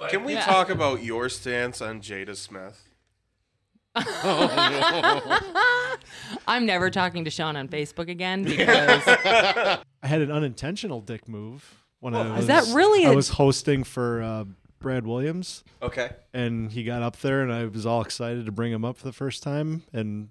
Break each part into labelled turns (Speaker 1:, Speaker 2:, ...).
Speaker 1: Like,
Speaker 2: Can we
Speaker 3: Yeah.
Speaker 2: talk about your stance on Jada Smith?
Speaker 3: I'm never talking to Sean on Facebook again because
Speaker 4: I had an unintentional dick move when I was.
Speaker 3: Oh, Is that really
Speaker 4: I
Speaker 3: a-
Speaker 4: was hosting for uh, Brad Williams,
Speaker 2: Okay.
Speaker 4: and he got up there, and I was all excited to bring him up for the first time, and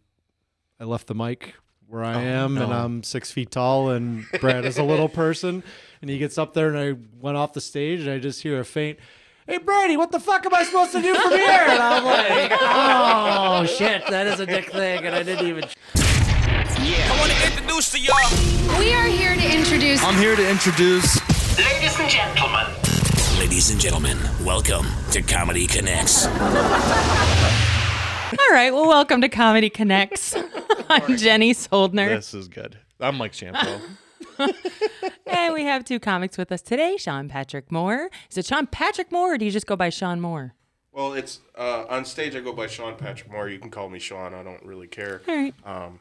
Speaker 4: I left the mic where
Speaker 5: Oh,
Speaker 4: I am, and I'm six feet tall, and Brad is a little person, and he gets up there, and I went off the stage, and I just hear a faint. Hey Brady, what the fuck am I supposed to do from here? And I'm like, oh shit, that is a dick thing, and I didn't even
Speaker 6: I want to introduce to y'all.
Speaker 7: We are here to introduce
Speaker 5: I'm here to introduce
Speaker 8: Ladies and gentlemen,
Speaker 6: Ladies and gentlemen, welcome to Comedy Connects.
Speaker 3: all right, well, welcome to Comedy Connects. I'm Jenny Soldner,
Speaker 5: This is good. I'm Mike Champo.
Speaker 3: and we have two comics with us today: Sean Patrick Moore. Is it Sean Patrick Moore, or do you just go by Sean Moore?
Speaker 2: Well, it's uh, on stage. I go by Sean Patrick Moore. You can call me Sean. I don't really care. Um,
Speaker 3: All right,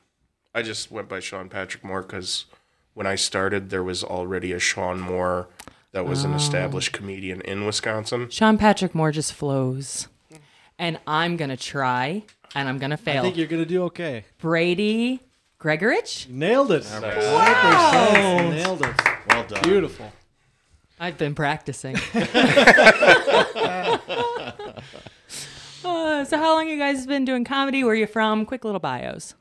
Speaker 2: I just went by Sean Patrick Moore because when I started, there was already a Sean Moore that was
Speaker 3: Oh.
Speaker 2: an established comedian in Wisconsin.
Speaker 3: Sean Patrick Moore just flows, and I'm gonna try, and I'm gonna
Speaker 4: I
Speaker 3: fail.
Speaker 5: Oh.
Speaker 4: think you're gonna do okay.
Speaker 3: Brady Gregorich.
Speaker 4: Nailed it. Wow. Nailed it.
Speaker 5: Well done.
Speaker 4: Beautiful.
Speaker 3: I've been practicing. Uh, so, how long you guys been doing comedy? Where you from? Quick little bios.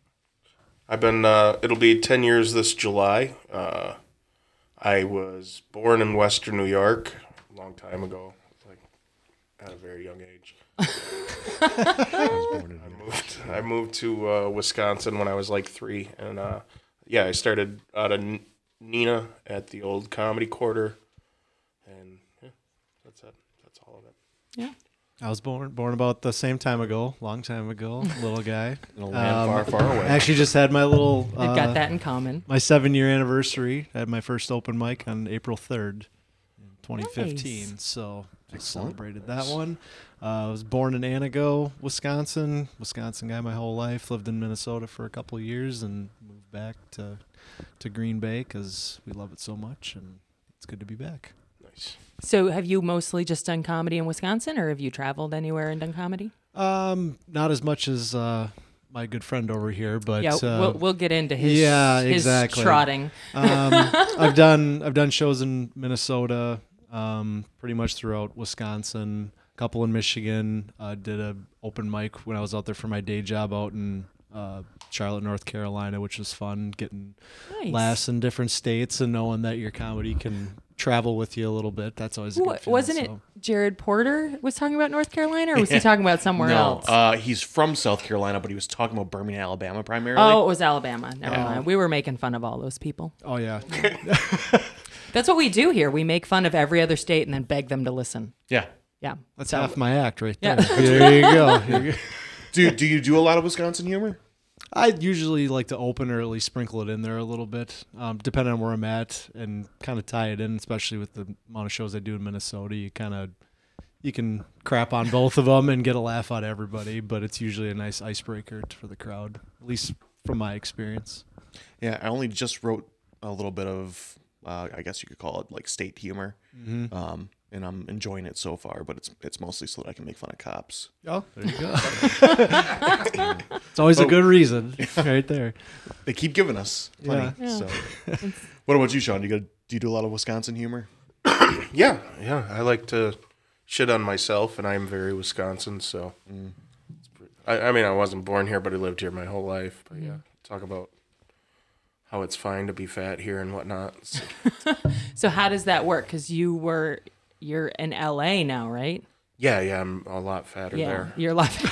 Speaker 2: I've been. Uh, it'll be ten years this July. Uh, I was born in Western New York a long time ago, like at a very young age. I moved. I moved to uh, Wisconsin when I was like three, and uh, yeah, I started out of N- Nina at the old Comedy Quarter, and yeah, that's it. That's all of it.
Speaker 4: I was born born about the same time ago, long time ago, little guy. Um,
Speaker 5: In a land far, far away.
Speaker 4: Actually, just had my little
Speaker 3: We've
Speaker 4: uh,
Speaker 3: got that in common.
Speaker 4: my seven year anniversary. I had my first open mic on April third, in 2015. So just celebrated that one. Uh, I was born in Anago, Wisconsin. Wisconsin guy my whole life. Lived in Minnesota for a couple of years and moved back to to Green Bay because we love it so much and it's good to be back.
Speaker 2: Nice.
Speaker 3: So, have you mostly just done comedy in Wisconsin, or have you traveled anywhere and done comedy?
Speaker 4: Um, not as much as uh, my good friend over here, but
Speaker 3: yeah,
Speaker 4: uh,
Speaker 3: we'll, we'll get into his
Speaker 4: yeah,
Speaker 3: his
Speaker 4: exactly.
Speaker 3: trotting.
Speaker 4: um, I've done I've done shows in Minnesota, um, pretty much throughout Wisconsin, a couple in Michigan. Uh, did a open mic when I was out there for my day job out in uh, Charlotte, North Carolina, which was fun. Getting
Speaker 3: Nice.
Speaker 4: laughs in different states and knowing that your comedy can travel with you a little bit. That's always a
Speaker 3: Wa-
Speaker 4: good feeling,
Speaker 3: wasn't it
Speaker 4: so.
Speaker 3: Jared Porter was talking about North Carolina, or was he talking about somewhere
Speaker 5: No,
Speaker 3: else?
Speaker 5: uh, he's from South Carolina, but he was talking about Birmingham, Alabama primarily.
Speaker 3: oh, it was Alabama. Never mind. We were making fun of all those people.
Speaker 4: Oh yeah,
Speaker 3: That's what we do here. We make fun of every other state and then beg them to listen.
Speaker 5: Yeah.
Speaker 3: Yeah.
Speaker 4: that's half my act right
Speaker 3: Yeah.
Speaker 4: there. There you go. Here you go.
Speaker 5: Do do you do a lot of Wisconsin humor?
Speaker 4: I usually like to open or at least sprinkle it in there a little bit, um, depending on where I'm at, and kind of tie it in. Especially with the amount of shows I do in Minnesota, you kind of you can crap on both of them and get a laugh out of everybody. But it's usually a nice icebreaker t- for the crowd, at least from my experience.
Speaker 5: Yeah, I only just wrote a little bit of, uh, I guess you could call it like state humor, um, and I'm enjoying it so far. But it's it's mostly so that I can make fun of cops.
Speaker 4: Oh, there you go. Oh. it's always a good reason, right there.
Speaker 5: They keep giving us plenty. So, what about you, Sean? Do you go, do you do a lot of Wisconsin humor?
Speaker 2: Yeah, yeah. I like to shit on myself, and I'm very Wisconsin, so. It's pre- I, I mean, I wasn't born here, but I lived here my whole life. But yeah, talk about how it's fine to be fat here and whatnot. So-
Speaker 3: So how does that work? Because you were you're in LA now, right?
Speaker 2: yeah, yeah, I'm a lot fatter
Speaker 3: Yeah,
Speaker 2: there.
Speaker 3: you're laughing.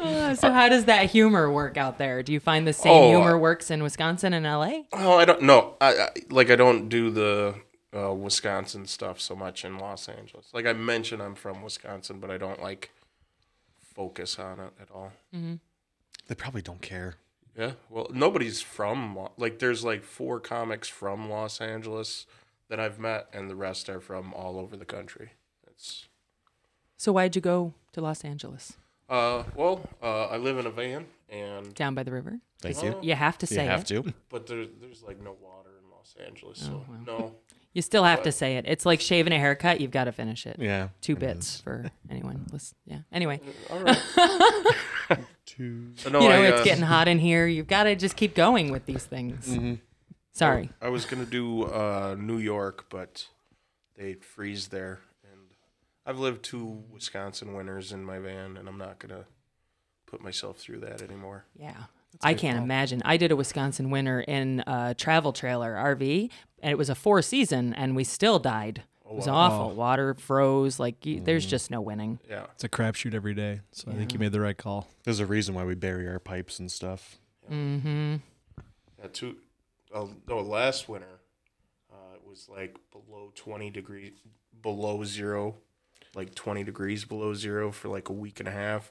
Speaker 3: Uh, so how does that humor work out there? Do you find the same
Speaker 2: Oh,
Speaker 3: humor
Speaker 2: uh,
Speaker 3: works in Wisconsin and LA?
Speaker 2: Well, Oh, I don't know. I, I like I don't do the uh, Wisconsin stuff so much in Los Angeles. Like I mentioned, I'm from Wisconsin, but I don't like focus on it at all.
Speaker 5: They probably don't care.
Speaker 2: Yeah. Well, nobody's from Lo- like there's like four comics from Los Angeles that I've met, and the rest are from all over the country. It's
Speaker 3: So why'd you go to Los Angeles?
Speaker 2: uh well uh, I live in a van and
Speaker 3: Down by the river?
Speaker 5: Thank you.
Speaker 3: You have to
Speaker 5: You
Speaker 3: say
Speaker 5: have
Speaker 3: it.
Speaker 5: to.
Speaker 3: Oh,
Speaker 2: but there's there's like no water in Los Angeles, so no.
Speaker 3: You still have to say it. It's like shaving a haircut. You've got to finish it.
Speaker 5: Yeah,
Speaker 3: Two bits for anyone. Listen. Yeah. Anyway,
Speaker 2: But no,
Speaker 3: you know,
Speaker 2: I,
Speaker 3: it's
Speaker 2: uh,
Speaker 3: getting hot in here. You've got to just keep going with these things. Sorry.
Speaker 2: I was gonna do uh, New York, but they freeze there, and I've lived two Wisconsin winters in my van, and I'm not gonna put myself through that anymore.
Speaker 3: Yeah. I can't imagine. I did a Wisconsin winter in a travel trailer RV, and it was a four season, and we still died. It was awful. Water froze. Like, you, there's just no winning.
Speaker 2: Yeah,
Speaker 4: It's a crapshoot every day, so I think you made the right call.
Speaker 5: there's a reason why we bury our pipes and stuff.
Speaker 2: yeah two. Uh, no, last winter uh, it was like below 20 degrees, below zero, like 20 degrees below zero for like a week and a half,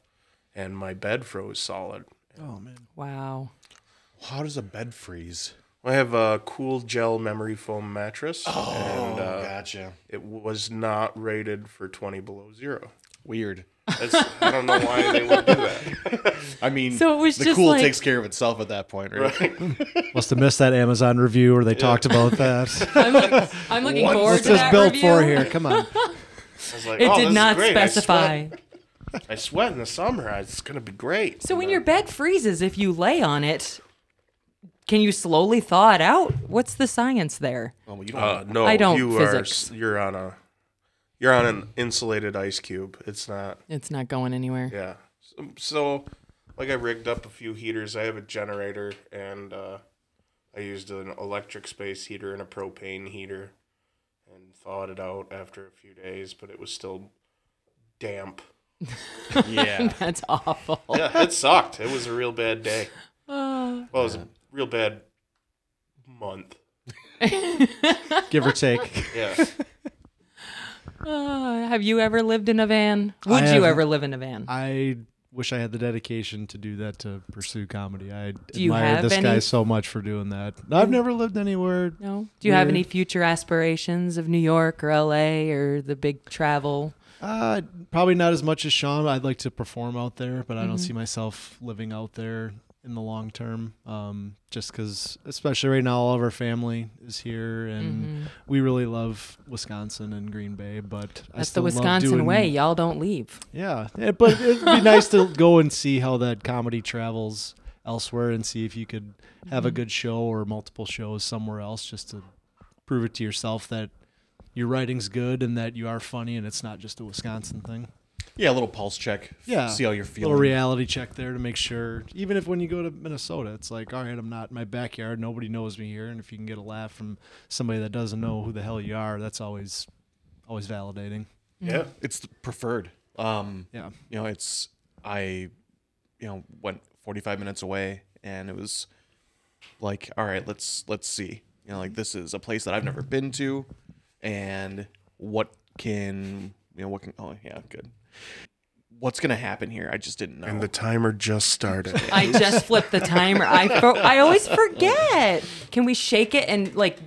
Speaker 2: and my bed froze solid.
Speaker 3: Wow.
Speaker 5: How does a bed freeze?
Speaker 2: I have a cool gel memory foam mattress, and uh,
Speaker 5: Gotcha.
Speaker 2: it was not rated for 20 below zero.
Speaker 5: Weird.
Speaker 2: That's, I don't know why they would do that.
Speaker 5: I mean,
Speaker 3: So it was
Speaker 5: the
Speaker 3: just
Speaker 5: cool
Speaker 3: like-
Speaker 5: takes care of itself at that point, right?
Speaker 4: Must have missed that Amazon review where they talked about that.
Speaker 3: I'm, look- I'm looking forward
Speaker 4: What's
Speaker 3: to
Speaker 4: this
Speaker 3: that
Speaker 4: built
Speaker 3: review.
Speaker 4: for here? Come on.
Speaker 2: I was like,
Speaker 3: It
Speaker 2: "Oh, this
Speaker 3: did
Speaker 2: is
Speaker 3: not
Speaker 2: great. I
Speaker 3: specify.
Speaker 2: sweat- I sweat, in the summer. I- It's going to be great.
Speaker 3: So when your bed freezes, if you lay on it, can you slowly thaw it out? What's the science there?
Speaker 5: Oh, well, you don't
Speaker 2: uh, no,
Speaker 3: I don't
Speaker 2: you
Speaker 3: physics.
Speaker 2: are you're on a you're on an insulated ice cube. It's not
Speaker 3: It's not going anywhere.
Speaker 2: yeah. So, so, like I rigged up a few heaters. I have a generator and uh, I used an electric space heater and a propane heater and thawed it out after a few days, but it was still damp.
Speaker 5: yeah.
Speaker 3: That's awful.
Speaker 2: yeah, it sucked. It was a real bad day. Well, it was a real bad month.
Speaker 4: Give or take.
Speaker 2: Yeah.
Speaker 3: Uh, have you ever lived in a van? Would
Speaker 4: I
Speaker 3: you
Speaker 4: have-
Speaker 3: ever live in a van?
Speaker 4: I wish I had the dedication to do that to pursue comedy. I
Speaker 3: Do you
Speaker 4: admire
Speaker 3: have
Speaker 4: this guy
Speaker 3: any?
Speaker 4: so much for doing that. I've never lived anywhere.
Speaker 3: no. Do you have
Speaker 4: Weird.
Speaker 3: any future aspirations of New York or LA or the big travel?
Speaker 4: Uh, probably not as much as Sean. I'd like to perform out there, but I
Speaker 3: Mm-hmm.
Speaker 4: don't see myself living out there in the long term. Um, just because, especially right now, all of our family is here, and
Speaker 3: Mm-hmm.
Speaker 4: we really love Wisconsin and Green Bay. But I
Speaker 3: That's
Speaker 4: still
Speaker 3: the
Speaker 4: love
Speaker 3: Wisconsin
Speaker 4: doing-
Speaker 3: way. Y'all don't leave.
Speaker 4: Yeah, yeah, but it'd be nice to go and see how that comedy travels elsewhere and see if you could have a good show or multiple shows somewhere else just to prove it to yourself that your writing's good and that you are funny and it's not just a Wisconsin thing.
Speaker 5: Yeah, a little pulse check.
Speaker 4: Yeah.
Speaker 5: See how you're feeling.
Speaker 4: Little reality check there to make sure. Even if when you go to Minnesota, it's like, all right, I'm not in my backyard. Nobody knows me here. And if you can get a laugh from somebody that doesn't know who the hell you are, that's always, always validating.
Speaker 2: Yeah.
Speaker 5: It's the preferred. Um,
Speaker 4: Yeah.
Speaker 5: you know, it's I, you know, went 45 minutes away, and it was like, all right, let's let's see. You know, like this is a place that I've never been to, and what can you know what can oh yeah good, what's gonna happen here? I just didn't know.
Speaker 2: And the timer just started.
Speaker 3: I just flipped the timer. I fo- I always forget. Can we shake it and like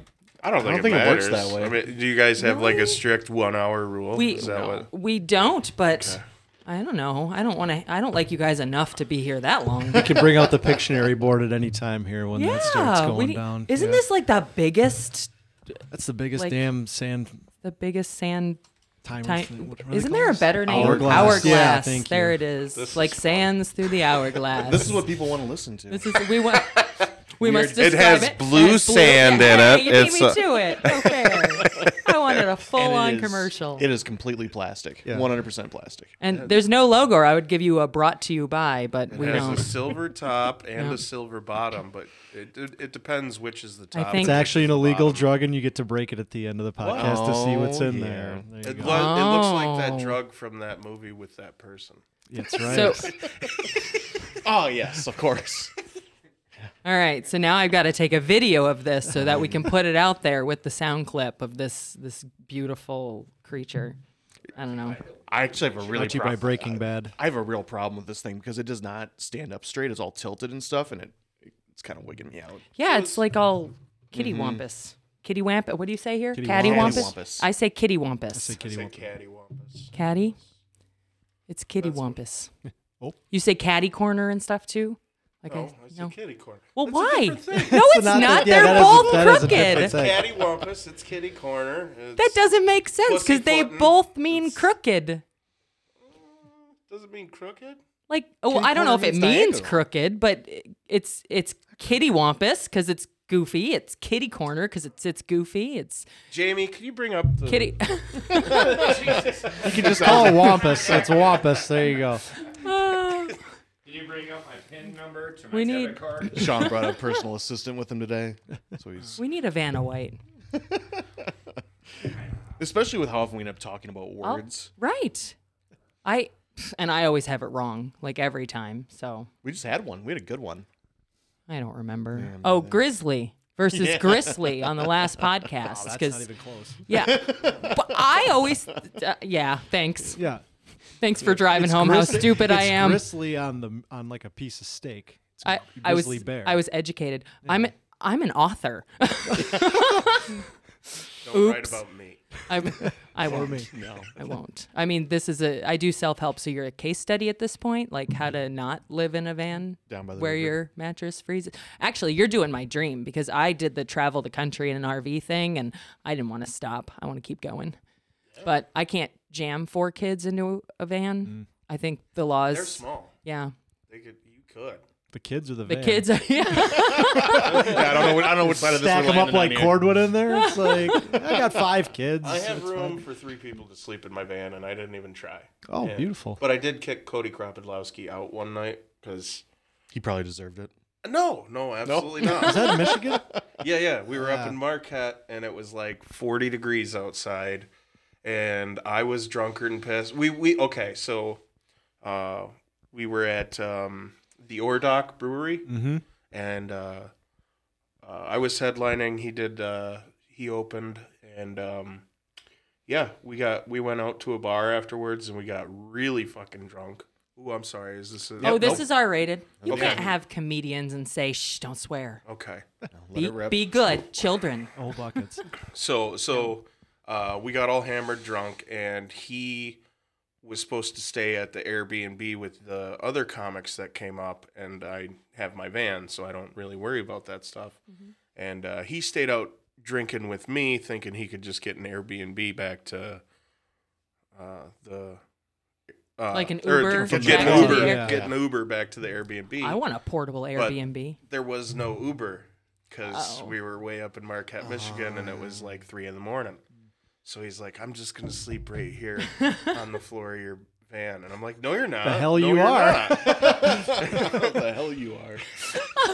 Speaker 2: I don't think,
Speaker 5: don't think
Speaker 2: it,
Speaker 5: it works
Speaker 2: matters.
Speaker 5: that way.
Speaker 2: I mean, do you guys have like a strict one hour rule?
Speaker 3: we
Speaker 2: Is that what?
Speaker 3: we don't? But I don't know. I don't want to. I don't like you guys enough to be here that long.
Speaker 4: You can bring out the Pictionary board at any time here when that starts
Speaker 3: Yeah,
Speaker 4: going
Speaker 3: we-
Speaker 4: down.
Speaker 3: Isn't
Speaker 4: Yeah.
Speaker 3: this like the biggest?
Speaker 4: That's the biggest
Speaker 3: Like-
Speaker 4: damn sand
Speaker 3: The biggest sand
Speaker 4: timer. thing.
Speaker 3: time.
Speaker 4: What are they
Speaker 3: Isn't there a
Speaker 4: called?
Speaker 3: better name?
Speaker 4: Hourglass. Yeah, thank you.
Speaker 3: there it is. like sands through the hourglass.
Speaker 5: this is what people want to listen to.
Speaker 3: This is- we want. We must
Speaker 2: It
Speaker 3: describe
Speaker 2: has
Speaker 3: it.
Speaker 2: blue sand in
Speaker 3: Yeah,
Speaker 2: it.
Speaker 3: You beat
Speaker 2: It's
Speaker 3: me
Speaker 2: a-
Speaker 3: to it. No fair. I wanted a
Speaker 5: And it
Speaker 3: full-on
Speaker 5: is-
Speaker 3: commercial.
Speaker 5: It is completely plastic.
Speaker 4: Yeah.
Speaker 5: 100% plastic.
Speaker 3: and there's no logo. or I would give you a brought to you by, but we
Speaker 2: It has a
Speaker 3: don't.
Speaker 2: silver top and
Speaker 3: Yeah.
Speaker 2: a silver bottom, but it, it, it depends which is the
Speaker 3: I
Speaker 2: top.
Speaker 3: think-
Speaker 4: It's actually an illegal drug, and you get to break it at the end of the podcast to see what's
Speaker 5: Oh,
Speaker 4: in
Speaker 5: yeah.
Speaker 4: there. There
Speaker 2: It,
Speaker 4: you
Speaker 2: lo-
Speaker 4: go.
Speaker 2: it looks like
Speaker 3: Oh.
Speaker 2: that drug from that movie with that person.
Speaker 4: That's right.
Speaker 3: So,
Speaker 5: Oh, yes, of course.
Speaker 3: all right. So now I've got to take a video of this so that we can put it out there with the sound clip of this this beautiful creature. I don't know.
Speaker 5: I actually have a really
Speaker 4: Brought to you by Breaking Bad.
Speaker 5: I have a real problem with this thing because it does not stand up straight. It's all tilted and stuff, and it it's kind of wigging me out.
Speaker 3: Yeah, it's like all kitty wampus. Kitty wampus. What do you say here? Catty
Speaker 5: Mm-hmm. wampus.
Speaker 3: wampus.
Speaker 5: Cattywampus.
Speaker 3: I say kitty wampus.
Speaker 4: Kitty
Speaker 2: Say
Speaker 4: Wal-
Speaker 2: Caddy Wampus.
Speaker 3: Caddy? It's kitty wampus.
Speaker 4: Oh.
Speaker 3: You say caddy corner and stuff too? Like
Speaker 2: No,
Speaker 3: I
Speaker 2: it's
Speaker 3: no.
Speaker 2: a kitty corner.
Speaker 3: Well,
Speaker 2: That's a
Speaker 3: why? No,
Speaker 2: different thing.
Speaker 3: it's
Speaker 4: not
Speaker 3: not.
Speaker 4: the- yeah,
Speaker 3: They're
Speaker 4: that is a-
Speaker 3: both
Speaker 4: that is a
Speaker 3: crooked.
Speaker 4: different thing.
Speaker 2: Caddy Wampus, it's kitty corner. It's,
Speaker 3: That doesn't make sense because they
Speaker 2: Pussyfootin'.
Speaker 3: both mean crooked.
Speaker 2: doesn't mean crooked.
Speaker 3: Like, oh, I don't know if it
Speaker 5: corner
Speaker 3: means
Speaker 5: means diagonal.
Speaker 3: crooked, but i- it's it's kitty wampus because it's goofy. It's kitty corner because it's it's goofy. It's
Speaker 2: Jamie, can you bring up the
Speaker 3: kitty.
Speaker 4: You can just call it wampus. It's wampus. There you go.
Speaker 1: Can you bring up my PIN number to my
Speaker 3: We
Speaker 1: debit
Speaker 3: need-
Speaker 1: card?
Speaker 5: Sean brought a personal assistant with him today, so he's
Speaker 3: we need a Vanna White.
Speaker 5: especially with how often we end up talking about
Speaker 3: Oh,
Speaker 5: words.
Speaker 3: right. I and I always have it wrong, like every time. So
Speaker 5: We just had one. We had a good one.
Speaker 3: I don't remember. oh, Grizzly versus Grizzly on the last podcast.
Speaker 4: Oh, That's
Speaker 3: 'cause-
Speaker 4: not even close.
Speaker 3: yeah, but I always uh, yeah. Thanks,
Speaker 4: Yeah.
Speaker 3: thanks for driving home how
Speaker 4: Grist-
Speaker 3: stupid I
Speaker 4: it's
Speaker 3: am.
Speaker 4: Gristly on the on like a piece of steak. It's
Speaker 3: I, I was
Speaker 4: grizzly bear.
Speaker 3: I was educated. I'm I'm an author.
Speaker 2: Don't write
Speaker 3: Oops.
Speaker 2: about me.
Speaker 3: I'm, I won't.
Speaker 5: No,
Speaker 3: I won't. I mean, this is a. I do self help, so you're a case study at this point, like how to not live in a van
Speaker 5: Mm-hmm. Down by the
Speaker 3: where
Speaker 5: river.
Speaker 3: your mattress freezes. Actually, you're doing my dream because I did the travel the country in an RV thing, and I didn't want to stop. I want to keep going, but I can't jam four kids into a van.
Speaker 5: Mm.
Speaker 3: I think the laws.
Speaker 2: They're small.
Speaker 3: Yeah,
Speaker 2: They could. You could.
Speaker 4: the kids or the
Speaker 3: the
Speaker 4: van?
Speaker 3: kids. Are, yeah.
Speaker 5: I don't know. What, I don't know which side of this
Speaker 4: stack
Speaker 5: we're
Speaker 4: them up
Speaker 5: landing on
Speaker 4: like
Speaker 5: here.
Speaker 4: cordwood in there. It's like I got five kids.
Speaker 2: I have
Speaker 4: It's
Speaker 2: room
Speaker 4: fine.
Speaker 2: for three people to sleep in my van, and I didn't even try.
Speaker 4: Oh,
Speaker 2: Yeah.
Speaker 4: beautiful.
Speaker 2: But I did kick Cody Kropodlowski out one night because.
Speaker 5: He probably deserved it.
Speaker 2: No, no, absolutely
Speaker 4: Is
Speaker 2: not.
Speaker 4: that in Michigan?
Speaker 2: yeah, yeah. We were up
Speaker 4: Yeah.
Speaker 2: in Marquette and it was like 40 degrees outside and I was drunkard and pissed. We we okay, so uh we were at um the Ordock Brewery
Speaker 4: mm-hmm.
Speaker 2: and uh, uh I was headlining, he did uh he opened and um yeah, we got we went out to a bar afterwards and we got really fucking drunk. Ooh, I'm sorry. Is this a,
Speaker 3: oh, this is R rated. You
Speaker 2: Okay.
Speaker 3: can't have comedians and say, "Shh, don't swear."
Speaker 2: okay.
Speaker 3: Be, be good, children.
Speaker 4: Whole buckets.
Speaker 2: So so uh, we got all hammered drunk and he was supposed to stay at the Airbnb with the other comics that came up and I have my van so I don't really worry about that stuff.
Speaker 3: Mm-hmm.
Speaker 2: And uh, he stayed out drinking with me thinking he could just get an Airbnb back to uh, the uh,
Speaker 3: Like an
Speaker 2: or
Speaker 3: Uber
Speaker 2: get,
Speaker 4: back
Speaker 2: an
Speaker 4: to the
Speaker 2: Uber,
Speaker 4: Air-
Speaker 2: get an Uber back to the Airbnb.
Speaker 3: I want a portable Airbnb.
Speaker 2: there was no
Speaker 4: Mm.
Speaker 2: Uber because
Speaker 3: Oh.
Speaker 2: we were way up in Marquette, Michigan, and it was
Speaker 4: Oh.
Speaker 2: like three in the morning. So he's like, "I'm just gonna sleep right here on the floor of your van," and I'm like, "No, you're not.
Speaker 4: hell
Speaker 2: No,
Speaker 4: you
Speaker 2: you're
Speaker 4: are."
Speaker 2: not."
Speaker 5: what the hell you are?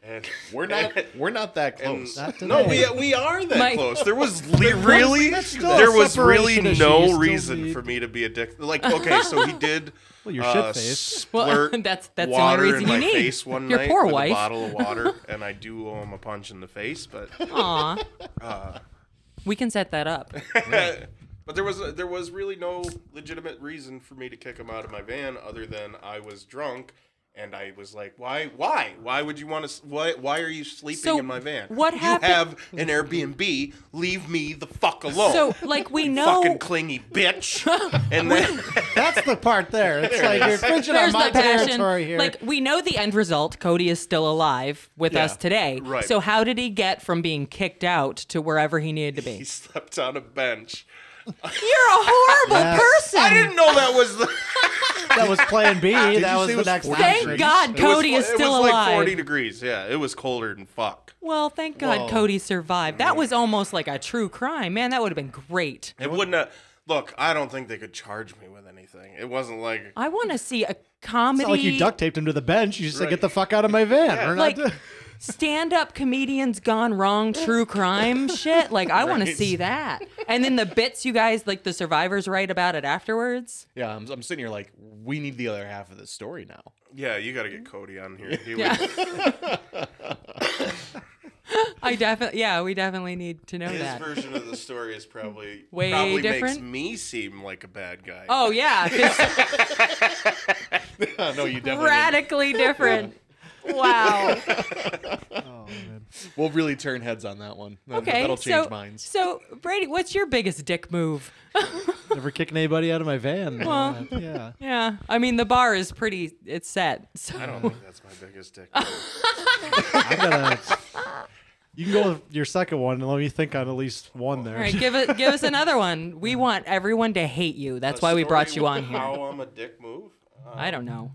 Speaker 2: And
Speaker 5: We're not. We're not that
Speaker 2: and-
Speaker 5: close.
Speaker 4: Not
Speaker 2: no,
Speaker 4: today.
Speaker 2: we we are that
Speaker 3: Mike-
Speaker 2: close. There was li- really,
Speaker 4: that's still a
Speaker 2: there was really
Speaker 4: separation issue. You
Speaker 2: no
Speaker 4: still
Speaker 2: reason
Speaker 4: need-
Speaker 2: for me to be a dick. Like, okay, so he did.
Speaker 4: Well, you're
Speaker 2: uh,
Speaker 4: shit-faced.
Speaker 2: splurt
Speaker 3: Well, that's- that's the only
Speaker 2: water
Speaker 3: reason
Speaker 2: in
Speaker 3: you
Speaker 2: my
Speaker 3: need.
Speaker 2: face one
Speaker 3: Your
Speaker 2: night
Speaker 3: poor
Speaker 2: with
Speaker 3: wife.
Speaker 2: a bottle of water, and I do owe him a punch in the face, but.
Speaker 3: Aw.
Speaker 2: Uh.
Speaker 3: we can set that up.
Speaker 2: But there was there was really no legitimate reason for me to kick him out of my van other than I was drunk and I was like, why, why, why would you want to? Why, why are you sleeping
Speaker 3: So,
Speaker 2: in my van?
Speaker 3: what
Speaker 2: you
Speaker 3: happen-
Speaker 2: have an Airbnb. Leave me the fuck alone.
Speaker 3: So, like, we
Speaker 2: You
Speaker 3: know-
Speaker 2: Oh. fucking clingy bitch. And then
Speaker 4: That's the part there. It's like you're fringing on
Speaker 3: There's
Speaker 4: my
Speaker 3: the passion.
Speaker 4: territory here.
Speaker 3: Like, we know the end result. Cody is still alive with us today.
Speaker 2: right.
Speaker 3: So, how did he get from being kicked out to wherever he needed to
Speaker 2: he
Speaker 3: be?
Speaker 2: slept on a bench.
Speaker 3: You're a horrible
Speaker 4: Yes.
Speaker 3: person.
Speaker 2: I didn't know that was the.
Speaker 4: that was Plan B. that
Speaker 5: you
Speaker 4: was
Speaker 5: say
Speaker 4: the
Speaker 5: it was
Speaker 4: next.
Speaker 5: 40
Speaker 4: option.
Speaker 3: Thank God Cody
Speaker 2: it was,
Speaker 3: is still
Speaker 2: it was
Speaker 3: alive.
Speaker 2: like 40 degrees. Yeah, it was colder than fuck.
Speaker 3: Well, thank God Cody survived. That was almost like a true crime. Man, that would have been great.
Speaker 2: It wouldn't. Have, look, I don't think they could charge me with anything. It wasn't like
Speaker 3: I want to see a
Speaker 4: It's
Speaker 3: comedy.
Speaker 4: not like you duct taped him to the bench. You just said, "Get the fuck out of my van." We're not
Speaker 3: like
Speaker 4: doing-
Speaker 3: stand up comedians gone wrong, true crime shit. Like I want to see that. And then the bits you guys like the survivors write about it afterwards.
Speaker 5: Yeah, I'm, I'm sitting here like we need the other half of this story now.
Speaker 2: Yeah, you got to get Cody on here. He
Speaker 3: Yeah.
Speaker 2: would,
Speaker 3: I definitely yeah, we definitely need to know
Speaker 2: his
Speaker 3: that.
Speaker 2: version of the story is probably
Speaker 3: Way
Speaker 2: probably makes
Speaker 3: different?
Speaker 2: me seem like a bad guy.
Speaker 3: Oh yeah, 'cause
Speaker 5: no, you definitely.
Speaker 3: radically different. Wow.
Speaker 4: man.
Speaker 5: We'll really turn heads on that one. That'll-
Speaker 3: Okay,
Speaker 5: That'll change
Speaker 3: so,
Speaker 5: minds.
Speaker 3: So Brady, what's your biggest dick move?
Speaker 4: Never kicking anybody out of my van.
Speaker 3: Well.
Speaker 4: Uh, yeah.
Speaker 3: yeah, I mean the bar is pretty. It's set. So
Speaker 2: I don't think that's my biggest dick.
Speaker 4: I gotta. You can go with your second one and let me think on at least one there.
Speaker 3: all right, give it. Give us another one. We want everyone to hate you. That's why we brought you on here.
Speaker 2: How uh, I'm a dick move?
Speaker 3: I don't know.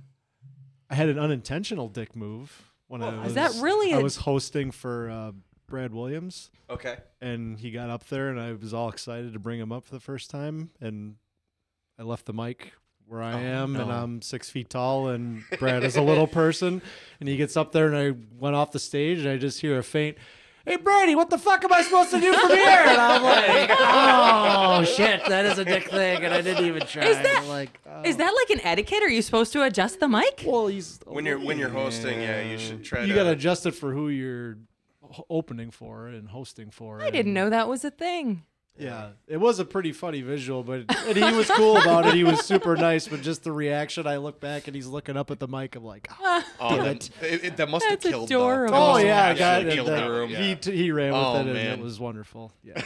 Speaker 4: I had an unintentional dick move when I was.
Speaker 3: is that really
Speaker 4: I
Speaker 3: a-
Speaker 4: was hosting for uh, Brad Williams,
Speaker 5: Okay.
Speaker 4: and he got up there, and I was all excited to bring him up for the first time, and I left the mic where I am, and I'm six feet tall, and Brad is a little person, and he gets up there, and I went off the stage, and I just hear a faint. Hey Brady, what the fuck am I supposed to do from here? And I'm like, oh shit, that is a dick thing, and I didn't even try.
Speaker 3: Is that-
Speaker 4: like, uh,
Speaker 3: Is that like an etiquette? Are you supposed to adjust the mic?
Speaker 4: well, he's a
Speaker 2: When you're when you're hosting, yeah, you should try
Speaker 4: you
Speaker 2: to.
Speaker 4: got to adjust it for who you're ho- opening for and hosting for.
Speaker 3: I didn't know that was a thing.
Speaker 4: Yeah, Uh, it was a pretty funny visual, but and he was cool about it. He was super nice, but just the reaction. I look back and he's looking up at the mic. I'm like, oh,
Speaker 5: Oh, that, it, it- that must have
Speaker 3: That's
Speaker 5: killed.
Speaker 3: adorable.
Speaker 5: Though. That
Speaker 3: Oh,
Speaker 5: must have
Speaker 4: yeah, I
Speaker 5: actually
Speaker 4: got it.
Speaker 5: killed
Speaker 4: That-
Speaker 5: the room.
Speaker 4: He t- he ran with
Speaker 5: Oh,
Speaker 4: it and
Speaker 5: man.
Speaker 4: it was wonderful. Yeah,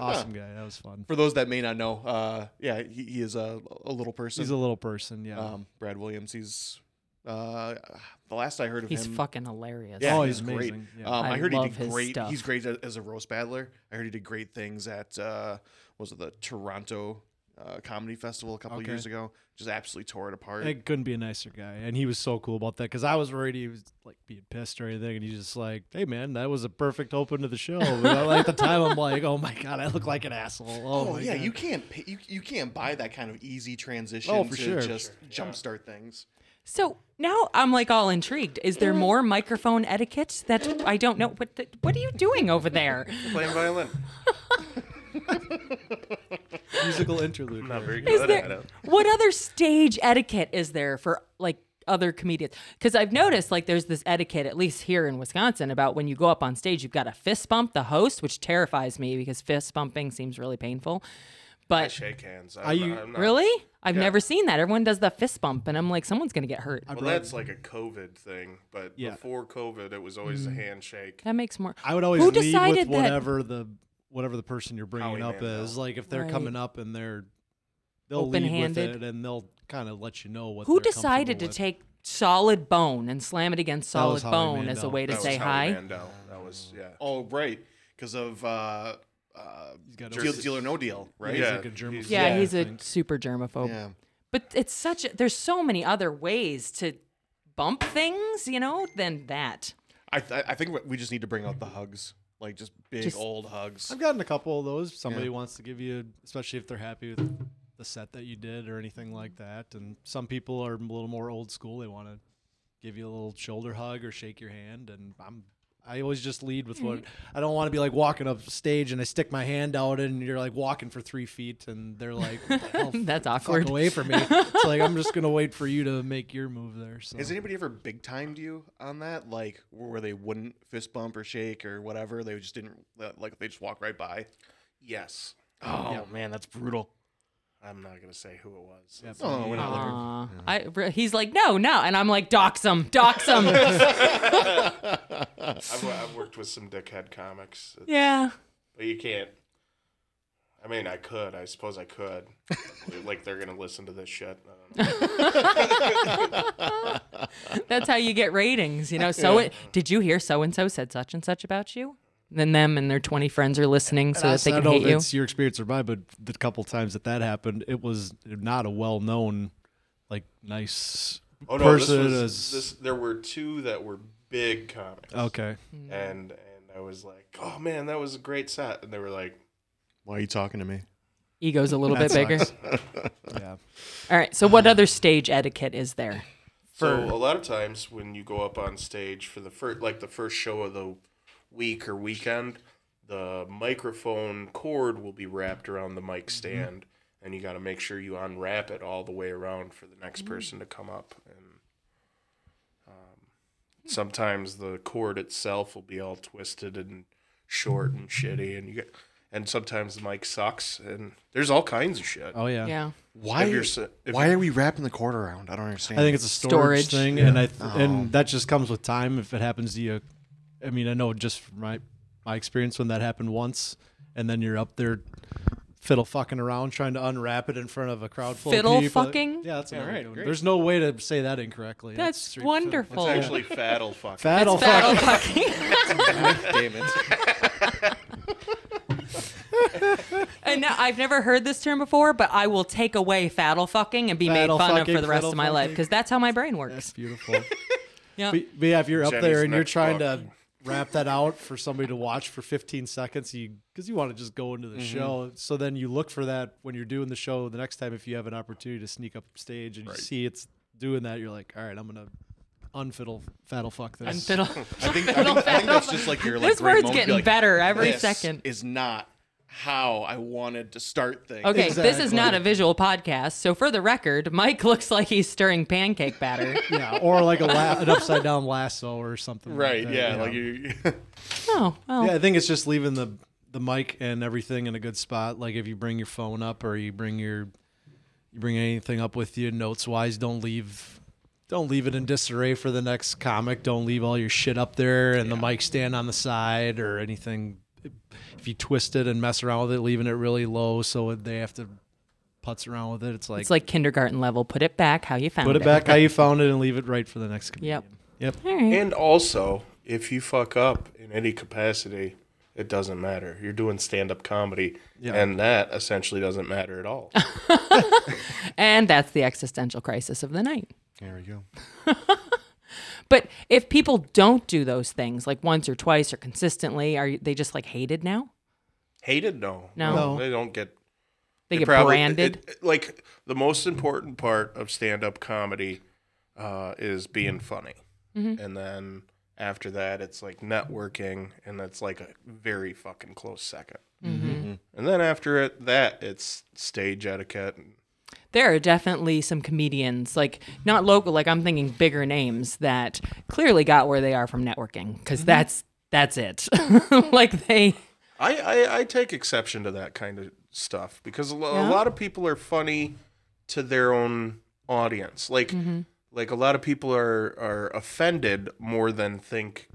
Speaker 4: awesome guy. That was fun.
Speaker 5: For those that may not know, uh, yeah, he, he is a, a little person.
Speaker 4: He's a little person. Yeah.
Speaker 5: um, Brad Williams. He's uh, the last I heard of
Speaker 3: He's
Speaker 5: him.
Speaker 3: fucking hilarious.
Speaker 5: Yeah,
Speaker 4: Oh,
Speaker 5: he's,
Speaker 4: he's
Speaker 5: great.
Speaker 4: amazing. Yeah.
Speaker 5: Um, I,
Speaker 3: I
Speaker 5: heard he
Speaker 3: love
Speaker 5: did
Speaker 3: his
Speaker 5: great.
Speaker 3: stuff.
Speaker 5: He's great a- as a roast battler. I heard he did great things at uh, was it the Toronto uh, Comedy Festival a couple
Speaker 4: Okay.
Speaker 5: years ago? Just absolutely tore it apart.
Speaker 4: It couldn't be a nicer guy, and he was so cool about that because I was worried he was like being pissed or anything, and he's just like, "Hey man, that was a perfect open to the show." But I, like, at the time, I'm like, "Oh my god, I look like an asshole." Oh,
Speaker 5: oh
Speaker 4: my
Speaker 5: yeah,
Speaker 4: God.
Speaker 5: you can't pay, you you can't buy that kind of easy transition
Speaker 4: Oh, for
Speaker 5: to
Speaker 4: sure.
Speaker 5: just jumpstart things.
Speaker 3: So now I'm like all intrigued. Is there more microphone etiquette that I don't know? What the, What are you doing over there?
Speaker 2: playing violin.
Speaker 4: musical interlude.
Speaker 2: Not
Speaker 4: there.
Speaker 2: very
Speaker 3: Is
Speaker 2: good at
Speaker 3: there,
Speaker 2: it.
Speaker 3: what other stage etiquette is there for like other comedians? Because I've noticed like there's this etiquette, at least here in Wisconsin, about when you go up on stage, you've got to fist bump the host, which terrifies me because fist bumping seems really painful.
Speaker 2: I
Speaker 3: But
Speaker 2: shake hands. I'm,
Speaker 4: you-
Speaker 2: I'm not,
Speaker 3: really, I've never seen that. Everyone does the fist bump, and I'm like, someone's gonna get hurt.
Speaker 2: Well, that's like a COVID thing, but
Speaker 4: Yeah.
Speaker 2: before COVID, it was always
Speaker 3: Mm.
Speaker 2: a handshake.
Speaker 3: That makes more.
Speaker 4: I would always
Speaker 3: Who
Speaker 4: leave with
Speaker 3: decided that-
Speaker 4: whatever the whatever the person you're bringing
Speaker 2: Howie
Speaker 4: up
Speaker 2: Mandel.
Speaker 4: is. Like if they're
Speaker 3: Right.
Speaker 4: coming up and they're they'll lead with
Speaker 3: Open-handed.
Speaker 4: it and they'll kind of let you know what.
Speaker 3: Who
Speaker 4: they're
Speaker 3: decided to
Speaker 4: comfortable with.
Speaker 3: take solid bone and slam it against
Speaker 4: That was
Speaker 3: solid
Speaker 4: Howie
Speaker 3: bone as a
Speaker 4: Mandel.
Speaker 3: way to
Speaker 2: That
Speaker 3: say
Speaker 2: was Howie
Speaker 3: hi?
Speaker 2: Mandel. That was yeah.
Speaker 5: Oh right, because of uh, uh,
Speaker 4: got a-
Speaker 5: deal, deal or no deal, right?
Speaker 4: He's
Speaker 2: Yeah.
Speaker 4: like a germaphobe,
Speaker 2: He's-
Speaker 3: Yeah,
Speaker 4: I
Speaker 3: he's a
Speaker 4: think.
Speaker 3: super germaphobe.
Speaker 5: Yeah.
Speaker 3: But it's such a, there's so many other ways to bump things, you know, than that.
Speaker 5: I th- I think we just need to bring out the hugs, like just big
Speaker 3: Just-
Speaker 5: old hugs.
Speaker 4: I've gotten a couple of those. Somebody wants to give you, especially if they're happy with the set that you did or anything like that. And some people are a little more old school. They want to give you a little shoulder hug or shake your hand. And I'm, I always just lead with what I don't want to be like walking up stage and I stick my hand out and you're like walking for three feet and they're like, "What the hell?
Speaker 3: That's
Speaker 4: fuck
Speaker 3: awkward.
Speaker 4: away from me. It's like I'm just gonna wait for you to make your move there. So
Speaker 5: Has anybody ever big timed you on that? Like where they wouldn't fist bump or shake or whatever? They just didn't like they just walk right by.
Speaker 2: Yes,
Speaker 5: Oh man, that's brutal.
Speaker 2: I'm not gonna say who it was.
Speaker 5: Oh, we're not looking.
Speaker 3: Aw. I re- he's like, no, no, and I'm like, dox him, dox him.
Speaker 2: I've, I've worked with some dickhead comics,
Speaker 3: yeah,
Speaker 2: but you can't. I mean, I could. I suppose I could. like they're gonna listen to this shit. I don't know.
Speaker 3: that's how you get ratings, you know. So it, did you hear so and so said such and such about you? Then them and their 20 friends are listening so
Speaker 4: I
Speaker 3: that they
Speaker 4: don't
Speaker 3: can
Speaker 4: know
Speaker 3: hate
Speaker 4: if
Speaker 3: you.
Speaker 4: It's your experience or mine, but the couple times that that happened, it was not a well-known, like nice
Speaker 2: Oh no, this
Speaker 4: person.
Speaker 2: was,
Speaker 4: as-
Speaker 2: this. There were two that were big comics.
Speaker 4: okay,
Speaker 2: and and I was like, oh man, that was a great set, and they were like,
Speaker 5: Why are you talking to me?
Speaker 3: Ego's a little bit
Speaker 4: That
Speaker 3: bigger.
Speaker 4: sucks. yeah,
Speaker 3: All right. So what other stage etiquette is there?
Speaker 2: so a lot of times when you go up on stage for the first like the first show of the week or weekend the microphone cord will be wrapped around the mic stand and you got to make sure you unwrap it all the way around for the next person to come up and um, sometimes the cord itself will be all twisted and short and shitty and you get and sometimes the mic sucks and there's all kinds of shit
Speaker 4: oh yeah.
Speaker 3: Yeah.
Speaker 5: Why?
Speaker 2: If you're s- if
Speaker 5: why are we wrapping the cord around? I don't understand.
Speaker 4: I think it's a storage,
Speaker 3: Storage. Oh.
Speaker 4: thing, and I th- and that just comes with time if it happens to you I mean, I know just from my my experience when that happened once, and then you're up there fiddle fucking around trying to unwrap it in front of a crowd full
Speaker 3: Fiddle
Speaker 4: of people.
Speaker 3: fucking?
Speaker 4: Yeah, that's another
Speaker 5: right,
Speaker 4: good one.
Speaker 5: great.
Speaker 4: There's no way to say that incorrectly.
Speaker 3: That's
Speaker 4: street
Speaker 3: wonderful.
Speaker 2: Actually, faddle fuck.
Speaker 4: Fiddle. Faddle
Speaker 3: Battle
Speaker 4: fuck.
Speaker 3: fucking.
Speaker 5: Damn it.
Speaker 3: And now, I've never heard this term before, but I will take away faddle fucking and be
Speaker 4: Faddle
Speaker 3: made fun
Speaker 4: fucking,
Speaker 3: of for the rest
Speaker 4: faddle
Speaker 3: of my life
Speaker 4: fucking.
Speaker 3: because that's how my brain
Speaker 4: That's
Speaker 3: works.
Speaker 4: beautiful.
Speaker 3: Yeah.
Speaker 4: But, but yeah, if you're up
Speaker 2: Jenny's
Speaker 4: there and you're
Speaker 2: next
Speaker 4: trying
Speaker 2: book.
Speaker 4: to wrap that out for somebody to watch for 15 seconds, you because you want to just go into the show. So then you look for that when you're doing the show the next time. If you have an opportunity to sneak up stage and you see it's doing that, you're like, all right, I'm gonna unfiddle faddle fuck this.
Speaker 3: And fiddle.
Speaker 5: I think, I think, I think that's just like your like
Speaker 3: this
Speaker 5: great
Speaker 3: word's
Speaker 5: moment to be
Speaker 3: getting
Speaker 5: like,
Speaker 3: better every
Speaker 5: this
Speaker 3: second.
Speaker 5: Is not how I wanted to start things.
Speaker 3: Okay, this is
Speaker 4: Exactly.
Speaker 3: not a visual podcast. So, for the record, Mike looks like he's stirring pancake batter.
Speaker 4: yeah, or like a la- an upside down lasso or something. like
Speaker 5: Right.
Speaker 4: that,
Speaker 5: yeah.
Speaker 4: you know.
Speaker 5: Like you.
Speaker 3: oh, well.
Speaker 4: Yeah, I think it's just leaving the the mic and everything in a good spot. Like if you bring your phone up or you bring your you bring anything up with you notes wise, don't leave don't leave it in disarray for the next comic. Don't leave all your shit up there and the mic stand on the side or anything. If you twist it and mess around with it, leaving it really low so they have to putz around with it. It's like,
Speaker 3: It's like kindergarten level. Put it back how you found
Speaker 4: put it back how you found it and leave it right for the next comedian.
Speaker 3: Yep.
Speaker 4: Yep.
Speaker 3: All right.
Speaker 2: And also, if you fuck up in any capacity, it doesn't matter. You're doing stand up comedy, and that essentially doesn't matter at all.
Speaker 3: And that's the existential crisis of the night.
Speaker 5: There we go.
Speaker 3: But if people don't do those things like once or twice or consistently, are you- they just like hated now?
Speaker 2: Hated? No.
Speaker 3: No. No.
Speaker 2: They don't get.
Speaker 3: They
Speaker 2: it
Speaker 3: get
Speaker 2: probably-
Speaker 3: branded.
Speaker 2: it- it- like, the most important part of stand up comedy uh, is being funny.
Speaker 3: Mm-hmm.
Speaker 2: And then after that, it's like networking, and that's like a very fucking close 2nd
Speaker 3: Mm-hmm.
Speaker 2: And then after it, that, it's stage etiquette.
Speaker 3: there are definitely some comedians, like not local, like I'm thinking bigger names that clearly got where they are from networking because that's that's it. like they
Speaker 2: I, I, I take exception to that kind of stuff because a, lo- a lot of people are funny to their own audience. Like like a lot of people are are offended more than think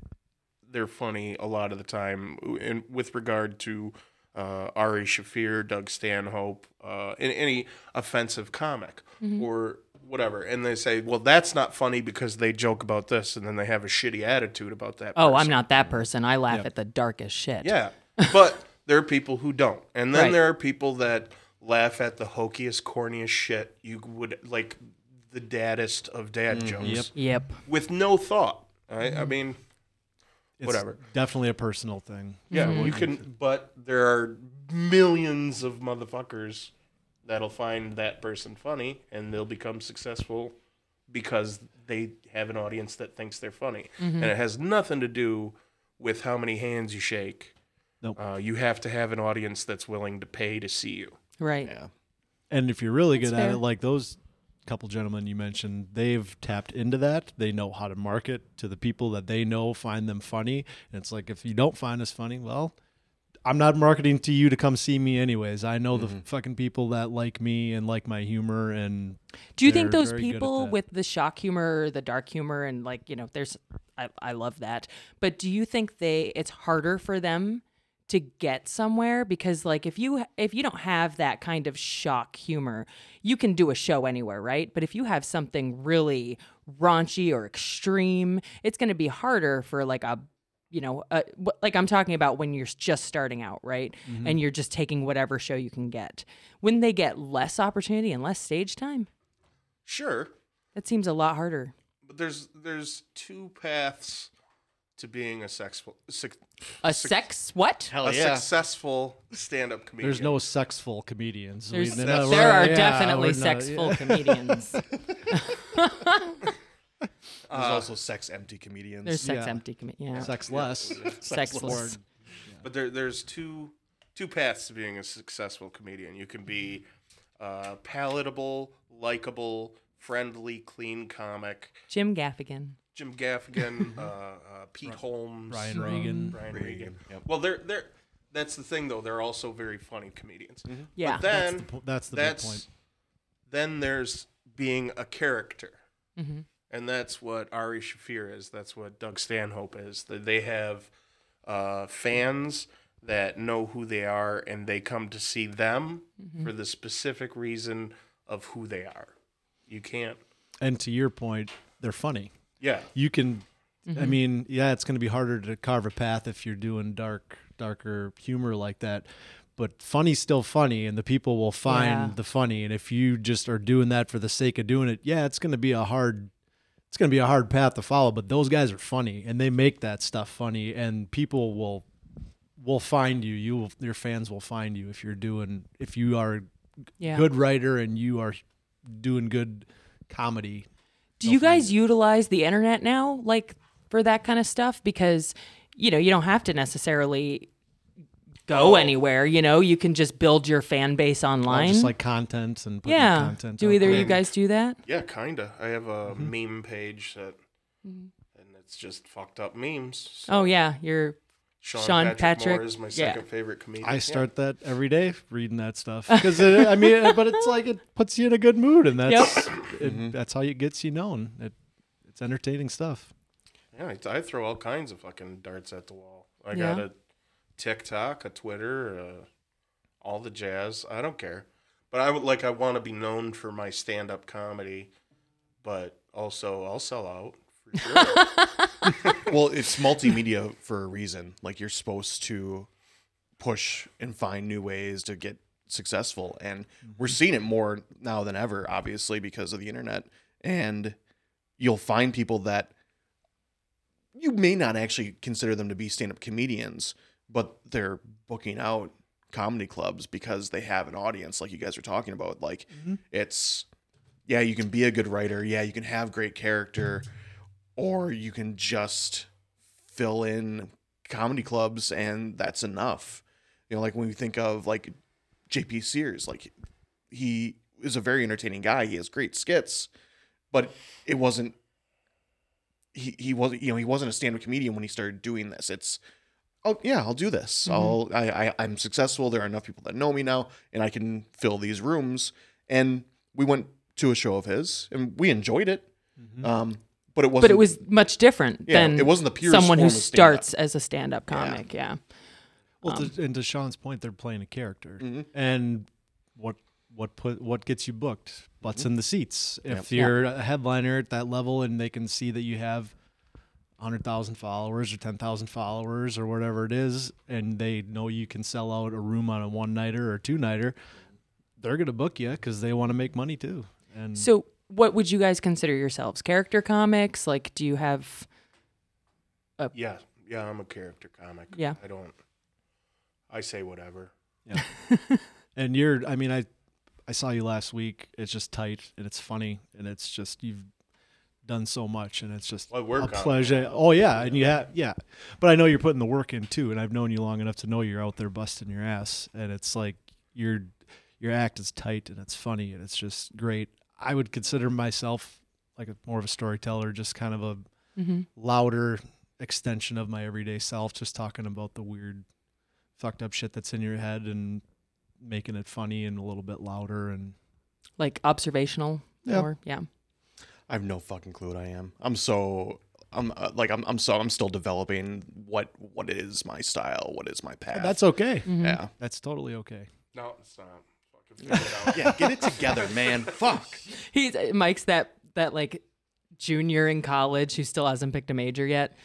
Speaker 2: they're funny a lot of the time. In with regard to uh, Ari Shafir, Doug Stanhope, uh, and any offensive comic or whatever, and they say, "Well, that's not funny because they joke about this," and then they have a shitty attitude about that.
Speaker 3: oh,
Speaker 2: person.
Speaker 3: I'm not that person. I laugh at the darkest shit.
Speaker 2: Yeah. But there are people who don't. And then
Speaker 3: Right.
Speaker 2: there are people that laugh at the hokiest, corniest shit you would like the daddest of dad jokes
Speaker 3: Yep.
Speaker 2: with no thought. I, I mean,
Speaker 4: It's
Speaker 2: Whatever.
Speaker 4: Definitely a personal thing.
Speaker 2: yeah, you can, but there are millions of motherfuckers that'll find that person funny and they'll become successful because they have an audience that thinks they're funny.
Speaker 4: Mm-hmm.
Speaker 2: And it has nothing to do with how many hands you shake.
Speaker 4: Nope.
Speaker 2: Uh, you have to have an audience that's willing to pay to see you.
Speaker 3: Right.
Speaker 4: And if you're really good at
Speaker 3: fair.
Speaker 4: it, like those couple gentlemen you mentioned, they've tapped into that. They know how to market to the people that they know find them funny. And it's like, if you don't find us funny, well, I'm not marketing to you to come see me anyways. I know the fucking people that like me and like my humor and
Speaker 3: Do you think
Speaker 4: They're
Speaker 3: those
Speaker 4: very good at
Speaker 3: people
Speaker 4: that.
Speaker 3: with the shock humor, the dark humor, and like you know, there's, I, I love that. But do you think they? It's harder for them to get somewhere because like if you if you don't have that kind of shock humor, you can do a show anywhere, right? But if you have something really raunchy or extreme, it's going to be harder for like a you know, uh, wh- like I'm talking about when you're s- just starting out, right?
Speaker 4: Mm-hmm.
Speaker 3: And you're just taking whatever show you can get. Wouldn't they get less opportunity and less stage time?
Speaker 2: Sure,
Speaker 3: That seems a lot harder.
Speaker 2: but there's there's two paths to being a sexful suc-
Speaker 3: A sex what?
Speaker 5: Hell
Speaker 2: a
Speaker 5: yeah.
Speaker 2: successful stand-up comedian.
Speaker 4: there's no sexful comedians. We-
Speaker 3: There's, there
Speaker 4: no, we're-
Speaker 3: are
Speaker 4: yeah,
Speaker 3: definitely
Speaker 4: we're not-
Speaker 3: sexful comedians.
Speaker 5: There's
Speaker 2: Uh,
Speaker 5: also sex empty comedians.
Speaker 3: There's sex
Speaker 4: Yeah.
Speaker 3: empty comedians. Yeah.
Speaker 4: sexless.
Speaker 3: Sexless.
Speaker 2: but there there's two two paths to being a successful comedian. You can be uh, palatable, likable, friendly, clean comic.
Speaker 3: Jim Gaffigan.
Speaker 2: Jim Gaffigan, uh, uh, Pete Holmes,
Speaker 4: Ryan Reagan.
Speaker 2: Brian Regan. Well, they're they're that's the thing though. They're also very funny comedians.
Speaker 3: Yeah.
Speaker 2: But then
Speaker 4: the po- that's the big point.
Speaker 3: Mm-hmm.
Speaker 2: Then there's being a character, and that's what Ari Shafir is. That's what Doug Stanhope is. That They have uh, fans that know who they are, and they come to see them
Speaker 3: Mm-hmm.
Speaker 2: for the specific reason of who they are. You can't.
Speaker 4: And to your point, they're funny.
Speaker 2: Yeah,
Speaker 4: You can, I
Speaker 3: Mm-hmm.
Speaker 4: mean, yeah, it's going to be harder to carve a path if you're doing dark, darker humor like that. But funny's still funny, and the people will find
Speaker 3: Yeah.
Speaker 4: the funny. And if you just are doing that for the sake of doing it, yeah, it's going to be a hard, it's going to be a hard path to follow. But those guys are funny, and they make that stuff funny, and people will will find you. You will, your fans will find you if you're doing if you are
Speaker 3: Yeah.
Speaker 4: good writer and you are doing good comedy.
Speaker 3: Do you guys utilize the internet now, like for that kind of stuff? Because, you know, you don't have to necessarily go anywhere. You know, you can just build your fan base online.
Speaker 4: Just like content and putting
Speaker 3: yeah.
Speaker 4: content.
Speaker 3: Do
Speaker 4: out
Speaker 3: either of
Speaker 4: there.
Speaker 3: you guys do that?
Speaker 2: yeah, kinda. I have a
Speaker 4: Mm-hmm.
Speaker 2: meme page that, and it's just fucked up memes. So
Speaker 3: Mm-hmm. Oh yeah, you're
Speaker 2: Sean,
Speaker 3: Sean
Speaker 2: Patrick,
Speaker 3: Patrick,
Speaker 2: Moore is my
Speaker 3: yeah.
Speaker 2: second favorite comedian.
Speaker 4: I
Speaker 2: Yeah.
Speaker 4: start that every day reading that stuff because I mean, but it's like it puts you in a good mood, and that's it, that's how it gets you known. It, it's entertaining stuff.
Speaker 2: Yeah, I, I throw all kinds of fucking darts at the wall. I
Speaker 3: Yeah.
Speaker 2: got a TikTok, a Twitter, uh, all the jazz. I don't care, but I would like. I want to be known for my stand-up comedy, but also I'll sell out for sure.
Speaker 5: Well, it's multimedia for a reason. Like you're supposed to push and find new ways to get successful, and we're seeing it more now than ever, obviously because of the internet. And you'll find people that you may not actually consider them to be stand-up comedians, but they're booking out comedy clubs because they have an audience, like you guys were talking about. Like it's yeah, you can be a good writer. Yeah, you can have great character, or you can just fill in comedy clubs and that's enough. You know, like when we think of like JP Sears, like he is a very entertaining guy. He has great skits, but it wasn't he, he wasn't you know he wasn't a stand-up comedian when he started doing this. It's oh yeah, I'll do this. I'll I, I I'm successful. There are enough people that know me now, and I can fill these rooms. And we went to a show of his, and we enjoyed it. Um, but it wasn't.
Speaker 3: but it was much different
Speaker 5: Yeah,
Speaker 3: than
Speaker 5: it wasn't the purest
Speaker 3: someone who
Speaker 5: form of stand-up.
Speaker 3: starts as a stand-up comic. Yeah.
Speaker 4: Well, to, and to Sean's point, they're playing a character, and what what put what gets you booked? Butts in the seats. If you're a headliner at that level, and they can see that you have hundred thousand followers or ten thousand followers or whatever it is, and they know you can sell out a room on a one nighter or two nighter, they're gonna book you because they want to make money too. And
Speaker 3: So, what would you guys consider yourselves? Character comics? Like, do you have?
Speaker 2: yeah, yeah, I'm a character comic.
Speaker 3: Yeah.
Speaker 2: I don't. I say whatever.
Speaker 4: and you're i mean i i saw you last week it's just tight and it's funny and it's just you've done so much and it's just
Speaker 2: Well, I work
Speaker 4: a
Speaker 2: on it.
Speaker 4: pleasure oh yeah and you have yeah but i know you're putting the work in too and i've known you long enough to know you're out there busting your ass and it's like your your act is tight and it's funny and it's just great i would consider myself like a, more of a storyteller just kind of a louder extension of my everyday self just talking about the weird fucked up shit that's in your head and making it funny and a little bit louder and
Speaker 3: like observational
Speaker 5: Yeah.
Speaker 3: or yeah
Speaker 5: I have no fucking clue what I am. I'm so I'm uh, like I'm I'm so I'm still developing what what is my style, what is my path.
Speaker 4: that's okay
Speaker 5: yeah.
Speaker 4: that's totally okay
Speaker 2: No, it's not. Fucking figure it out.
Speaker 5: Yeah, get it together, man. Fuck.
Speaker 3: he's uh, mike's that that like junior in college who still hasn't picked a major yet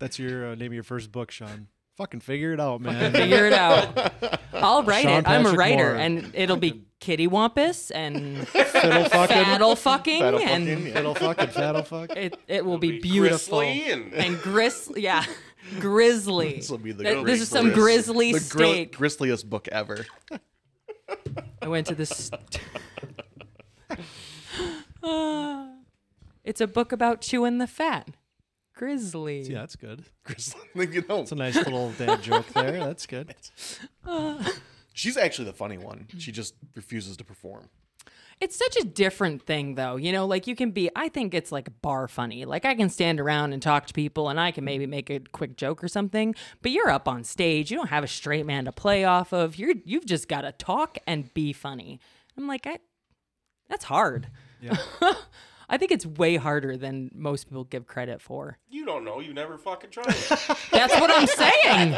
Speaker 4: that's your uh, name of your first book sean fucking figure it out man
Speaker 3: figure it out i'll write
Speaker 4: Sean
Speaker 3: it i'm a
Speaker 4: Patrick
Speaker 3: writer
Speaker 4: Moore.
Speaker 3: and it'll be kitty wampus and
Speaker 4: fiddle fucking
Speaker 3: paddle fucking
Speaker 5: That'll
Speaker 3: and
Speaker 5: fucking- yeah.
Speaker 4: fiddle fucking faddle fuck
Speaker 3: it, it will be beautiful
Speaker 2: Grizzly and-
Speaker 3: and grizzly yeah grizzly
Speaker 5: This will be the
Speaker 3: Th- this is some
Speaker 5: grizz-
Speaker 3: grizzly
Speaker 5: the gri-
Speaker 3: steak
Speaker 5: grisliest book ever.
Speaker 3: I went to this. Ah. it's a book about chewing the fat. Grizzly.
Speaker 4: yeah that's good
Speaker 5: Grizzly, you know,
Speaker 4: it's a nice little dad joke there that's good
Speaker 5: she's actually the funny one. She just refuses to perform.
Speaker 3: It's such a different thing, though. You know, like you can be, I think it's like bar funny. Like I can stand around and talk to people and I can maybe make a quick joke or something, but you're up on stage. You don't have a straight man to play off of. You're, you've just got to talk and be funny. I'm like, I, that's hard. I think it's way harder than most people give credit for.
Speaker 2: You don't know. You never fucking tried it.
Speaker 3: That's what I'm saying.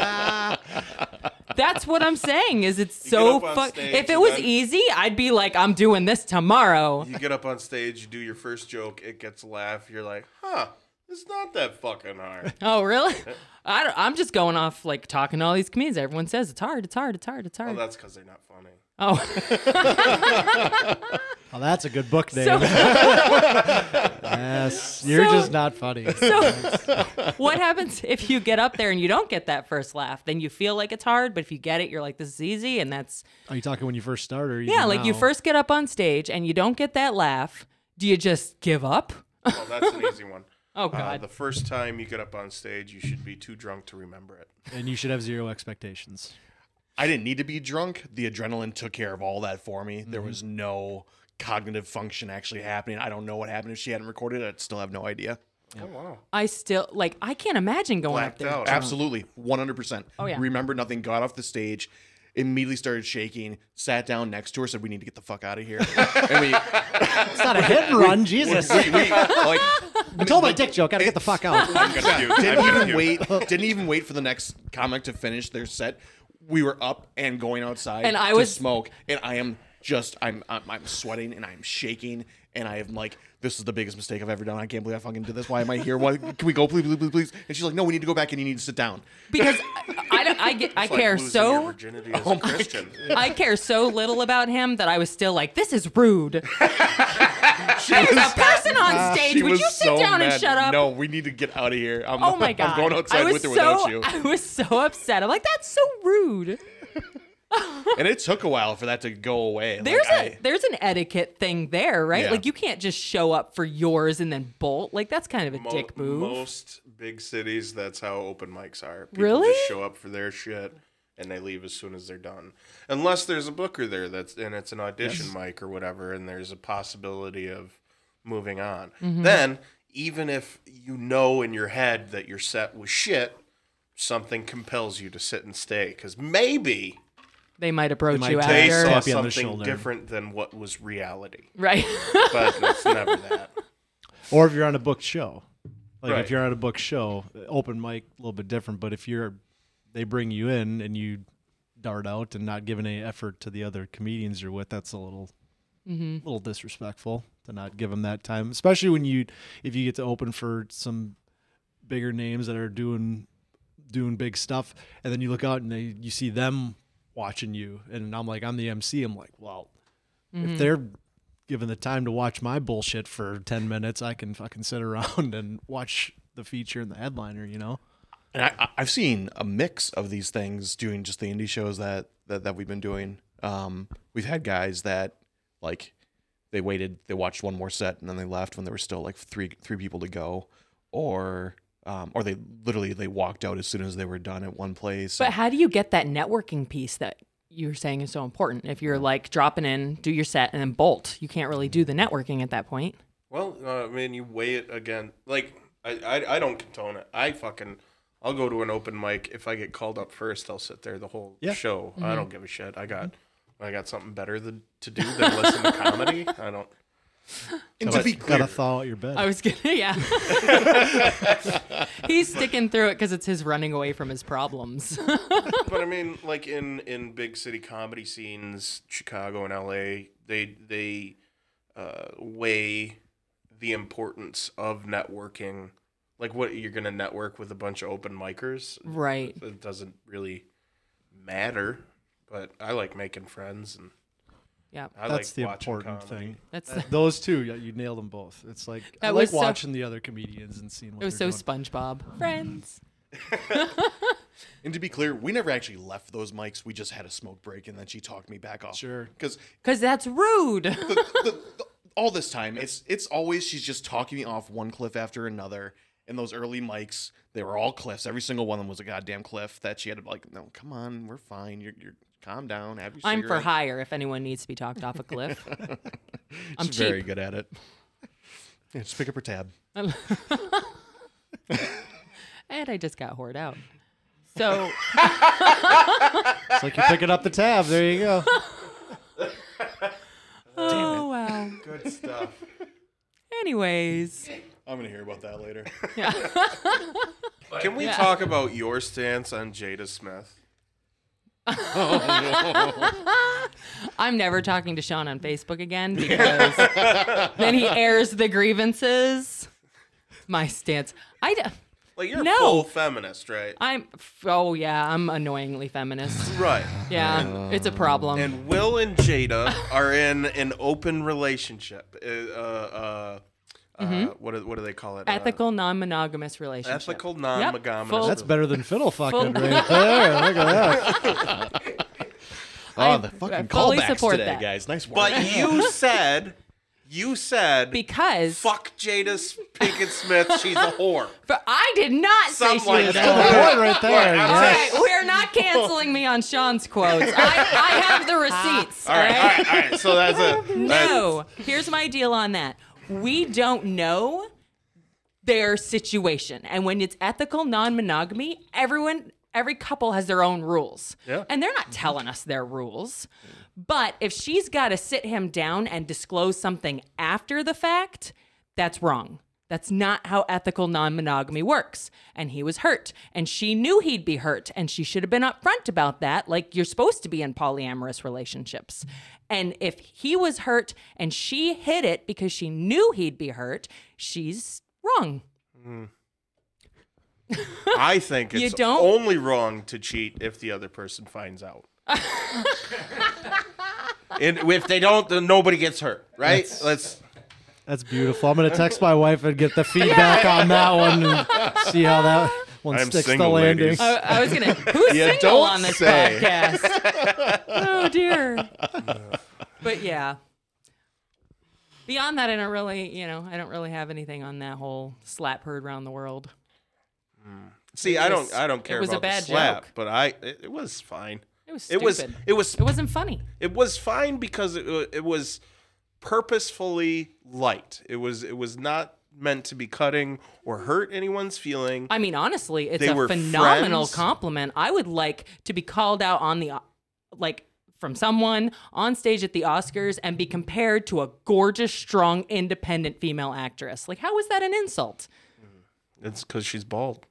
Speaker 3: That's what I'm saying. Is it's so
Speaker 2: up on
Speaker 3: fuck?
Speaker 2: stage
Speaker 3: If it
Speaker 2: and
Speaker 3: was
Speaker 2: then-
Speaker 3: easy, I'd be like, I'm doing this tomorrow.
Speaker 2: you get up on stage, you do your first joke, it gets a laugh. You're like, huh, it's not that fucking hard.
Speaker 3: Oh, really? I don't, I'm just going off like talking to all these comedians. Everyone says it's hard. It's hard. It's hard. It's
Speaker 2: well,
Speaker 3: hard.
Speaker 2: that's because they're not funny.
Speaker 3: Oh.
Speaker 4: Oh, that's a good book name.
Speaker 3: So,
Speaker 4: yes, you're
Speaker 3: So-
Speaker 4: just not funny.
Speaker 3: so what happens if you get up there and you don't get that first laugh? Then you feel like it's hard, but if you get it, you're like, this is easy. And that's,
Speaker 4: Are you talking when you first started? Or
Speaker 3: yeah,
Speaker 4: even
Speaker 3: like you
Speaker 4: now?
Speaker 3: first get up on stage and you don't get that laugh. Do you just give up?
Speaker 2: Well, that's an easy one.
Speaker 3: Oh,
Speaker 2: Uh,
Speaker 3: God.
Speaker 2: the first time you get up on stage, you should be too drunk to remember it.
Speaker 4: and you should have zero expectations.
Speaker 5: I didn't need to be drunk. The adrenaline took care of all that for me. There was no cognitive function actually happening. I don't know what happened. If she hadn't recorded it, I'd still have no idea.
Speaker 3: I still, like, I can't imagine going
Speaker 2: Blacked
Speaker 3: up there.
Speaker 2: out.
Speaker 5: Absolutely. 100%.
Speaker 3: Oh, yeah.
Speaker 5: Remember nothing, got off the stage, immediately started shaking, sat down next to her, said, We need to get the fuck out of here. and we,
Speaker 4: It's not a hit and run, Jesus.
Speaker 5: we, we like,
Speaker 4: I told my dick joke. Gotta get the fuck out.
Speaker 2: I'm gonna do. I'm
Speaker 5: didn't
Speaker 2: gonna
Speaker 5: even
Speaker 2: do.
Speaker 5: wait, didn't even wait for the next comic to finish their set. We were up and going outside
Speaker 3: And I
Speaker 5: to
Speaker 3: was-
Speaker 5: smoke, and I am just I'm, I'm I'm sweating and I'm shaking and I am like this is the biggest mistake I've ever done. I can't believe I fucking did this. Why am I here? Why can we go please please please please? And she's like, no, we need to go back and you need to sit down.
Speaker 3: Because I, I, don't- I get, I
Speaker 2: It's like
Speaker 3: care
Speaker 2: losing
Speaker 3: so Oh
Speaker 2: your virginity as a Christian.
Speaker 3: I care so little about him that I was still like, this is rude. There's a person on stage.
Speaker 5: Ah, She
Speaker 3: Would
Speaker 5: was
Speaker 3: you sit
Speaker 5: so
Speaker 3: down
Speaker 5: mad.
Speaker 3: and shut up?
Speaker 5: No, we need to get out of here. I'm,
Speaker 3: Oh my god!
Speaker 5: I'm going outside
Speaker 3: I was
Speaker 5: with or
Speaker 3: so,
Speaker 5: without you.
Speaker 3: I was so upset. I'm like, that's so rude.
Speaker 5: And it took a while for that to go away.
Speaker 3: There's
Speaker 5: like,
Speaker 3: a there's an etiquette thing there, right?
Speaker 5: Yeah.
Speaker 3: Like you can't just show up for yours and then bolt. Like that's kind of a
Speaker 2: Mo-
Speaker 3: dick move.
Speaker 2: Most big cities, that's how open mics are. People
Speaker 3: Really?
Speaker 2: just show up for their shit and they leave as soon as they're done. Unless there's a booker there that's and it's an audition mic or whatever, and there's a possibility of moving on. Then even if you know in your head that your set was shit, something compels you to sit and stay because maybe
Speaker 3: They might approach
Speaker 4: might
Speaker 3: you
Speaker 4: take
Speaker 2: they
Speaker 4: Sure.
Speaker 3: after,
Speaker 2: saw
Speaker 4: Tap you on the
Speaker 2: something
Speaker 4: shoulder.
Speaker 2: different than what was reality.
Speaker 3: right?
Speaker 2: But it's never that.
Speaker 4: or if you're on a booked show. Like
Speaker 2: Right.
Speaker 4: if you're on a booked show, uh, open mic a little bit different. But if you're, they bring you in and you dart out and not giving any effort to the other comedians you're with, that's a little, little disrespectful to not give them that time. Especially when you, if you get to open for some bigger names that are doing, doing big stuff, and then you look out and they, you see them watching you, and I'm like, I'm the MC. I'm like, well, if they're given the time to watch my bullshit for 10 minutes, I can fucking sit around and watch the feature and the headliner, you know?
Speaker 5: and I, I- I've seen a mix of these things doing just the indie shows that that, that we've been doing. Um, we've had guys that like they waited, they watched one more set, and then they left when there were still like three three people to go, or um, or they literally they walked out as soon as they were done at one place.
Speaker 3: But how do you get that networking piece that you're saying is so important? If you're like dropping in, do your set, and then bolt, you can't really do the networking at that point.
Speaker 2: Well, uh, I mean, you weigh it again. Like, I, I, I don't condone it. I fucking, I'll go to an open mic. If I get called up first, I'll sit there the whole show. I don't give a shit. I got, I got something better than, to do than listen to comedy. I don't.
Speaker 5: and to be
Speaker 4: Gotta
Speaker 5: clear,
Speaker 4: thaw out your bed.
Speaker 3: I was gonna, yeah. He's sticking through it because it's his running away from his problems.
Speaker 2: But I mean, like in in big city comedy scenes, Chicago and L.A., they they uh, weigh the importance of networking. Like, what you're gonna network with a bunch of open micers?
Speaker 3: right.
Speaker 2: it doesn't really matter. But I like making friends, and
Speaker 3: Yeah.
Speaker 2: I
Speaker 4: that's the
Speaker 2: like watching
Speaker 4: important
Speaker 2: comedy.
Speaker 4: thing.
Speaker 3: That's
Speaker 4: Those two, yeah, you nailed them both. It's like I
Speaker 3: That
Speaker 4: like
Speaker 3: was so-
Speaker 4: watching the other comedians and seeing what
Speaker 3: it was so
Speaker 4: they're
Speaker 3: SpongeBob. Friends.
Speaker 5: and to be clear, we never actually left those mics. We just had a smoke break, and then she talked me back off.
Speaker 4: Sure.
Speaker 5: because
Speaker 3: Cause that's rude.
Speaker 5: all this time it's it's always she's just talking me off one cliff after another and those early mics they were all cliffs every single one of them was a goddamn cliff that she had to be like no come on we're fine you're, you're calm down have your
Speaker 3: I'm for
Speaker 5: cigarette."
Speaker 3: hire if anyone needs to be talked off a cliff. I'm
Speaker 5: she's
Speaker 3: cheap.
Speaker 5: very good at it yeah, just pick up her tab
Speaker 3: And I just got hoard out. So
Speaker 4: doing. It's like you're picking up the tab. There you go.
Speaker 3: Oh wow.
Speaker 2: Good stuff.
Speaker 3: Anyways,
Speaker 5: I'm gonna hear about that later.
Speaker 2: Can we talk about your stance on Jada Smith?
Speaker 3: I'm never talking to Sean on Facebook again because then he airs the grievances. My stance. I. D-
Speaker 2: Like you're
Speaker 3: No.
Speaker 2: a full feminist, right?
Speaker 3: I'm. Oh yeah, I'm annoyingly feminist.
Speaker 2: Right.
Speaker 3: Yeah, it's a problem.
Speaker 2: And Will and Jada are in an open relationship. Uh, uh, uh, uh, what, do, what do they call it? Uh,
Speaker 3: ethical non-monogamous relationship.
Speaker 2: ethical non-monogamous.
Speaker 3: Full-
Speaker 4: That's better than fiddle fucking
Speaker 3: Full-
Speaker 4: right there. Look at that.
Speaker 5: Oh, the
Speaker 3: I
Speaker 5: fucking
Speaker 3: fully
Speaker 5: callbacks
Speaker 3: support
Speaker 5: today,
Speaker 3: that.
Speaker 5: guys. Nice work.
Speaker 2: But you said, you said,
Speaker 3: Because
Speaker 2: fuck Jada S- Pinkett Smith. She's a whore.
Speaker 3: but I did not say
Speaker 2: Something like
Speaker 3: she was.
Speaker 2: that.
Speaker 4: The point right there.
Speaker 2: I'm
Speaker 3: All
Speaker 4: yeah.
Speaker 3: right, we're not canceling me on Sean's quotes. I, I have the receipts.
Speaker 2: All right, all right, all right. So that's it.
Speaker 3: No, here's my deal on that. We don't know their situation. And when it's ethical non monogamy, everyone, every couple has their own rules.
Speaker 2: Yeah.
Speaker 3: And they're not telling us their rules. But if she's got to sit him down and disclose something after the fact, that's wrong. That's not how ethical non monogamy works. And he was hurt, and she knew he'd be hurt, and she should have been upfront about that, like you're supposed to be in polyamorous relationships. And if he was hurt and she hid it because she knew he'd be hurt, she's wrong.
Speaker 2: I think it's
Speaker 3: You don't-
Speaker 2: only wrong to cheat if the other person finds out. and if they don't, then nobody gets hurt, right? Let's.
Speaker 4: That's beautiful. I'm gonna text my wife and get the feedback on that one and see how that one
Speaker 2: I'm
Speaker 4: sticks
Speaker 2: single,
Speaker 4: the landing.
Speaker 2: ladies.
Speaker 3: I, I was gonna. Who's
Speaker 2: You
Speaker 3: single
Speaker 2: don't
Speaker 3: on this
Speaker 2: say.
Speaker 3: podcast? oh dear. But yeah. Beyond that, I don't really, you know, I don't really have anything on that whole slap heard around the world.
Speaker 2: See, I don't, I don't
Speaker 3: It
Speaker 2: care
Speaker 3: was a
Speaker 2: about
Speaker 3: bad
Speaker 2: the slap,
Speaker 3: joke.
Speaker 2: but I, it, it was fine.
Speaker 3: It was
Speaker 2: It
Speaker 3: stupid.
Speaker 2: was, it was,
Speaker 3: It wasn't funny.
Speaker 2: it was fine because it, wa- it was purposefully light. It was, it was not meant to be cutting or hurt anyone's feeling.
Speaker 3: I mean, honestly, it's
Speaker 2: They
Speaker 3: a
Speaker 2: were
Speaker 3: phenomenal
Speaker 2: friends?
Speaker 3: compliment. I would like to be called out on the, uh, like, from someone on stage at the Oscars and be compared to a gorgeous, strong, independent female actress. Like, how is that an insult?
Speaker 2: It's because she's bald.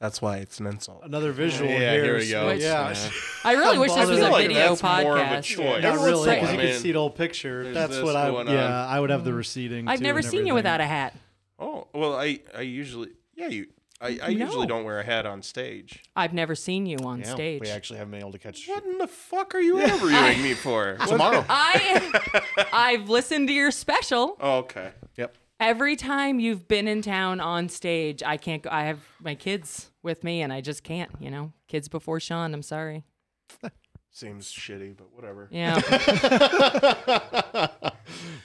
Speaker 2: That's why it's an insult.
Speaker 4: Another visual
Speaker 5: Yeah,
Speaker 4: here.
Speaker 5: here we
Speaker 4: is-
Speaker 5: go.
Speaker 4: Yeah,
Speaker 3: I really wish this was a
Speaker 4: I feel like
Speaker 3: video
Speaker 2: that's more of a
Speaker 3: podcast.
Speaker 2: choice.
Speaker 4: not
Speaker 2: Everyone's
Speaker 4: really
Speaker 2: like,
Speaker 4: because
Speaker 2: I
Speaker 4: you can
Speaker 2: mean,
Speaker 4: see the Mm-hmm. whole picture.
Speaker 2: there's
Speaker 4: That's
Speaker 2: this
Speaker 4: what I.
Speaker 2: going on.
Speaker 4: Yeah, I would have the receding.
Speaker 3: I've
Speaker 4: too
Speaker 3: never
Speaker 4: and
Speaker 3: seen you
Speaker 4: everything.
Speaker 3: without a hat.
Speaker 2: Oh well, I I usually yeah you I, I
Speaker 3: No.
Speaker 2: usually don't wear a hat on stage.
Speaker 3: I've never seen you on
Speaker 5: Yeah,
Speaker 3: stage.
Speaker 5: We actually haven't been able to catch
Speaker 2: What in the fuck are you interviewing me for? What-
Speaker 5: tomorrow.
Speaker 3: I, I've listened to your special.
Speaker 2: Oh, okay.
Speaker 5: yep.
Speaker 3: Every time you've been in town on stage, I can't go. I have my kids with me, and I just can't. You know, kids before Sean. I'm sorry.
Speaker 2: Seems shitty, but whatever.
Speaker 3: Yeah,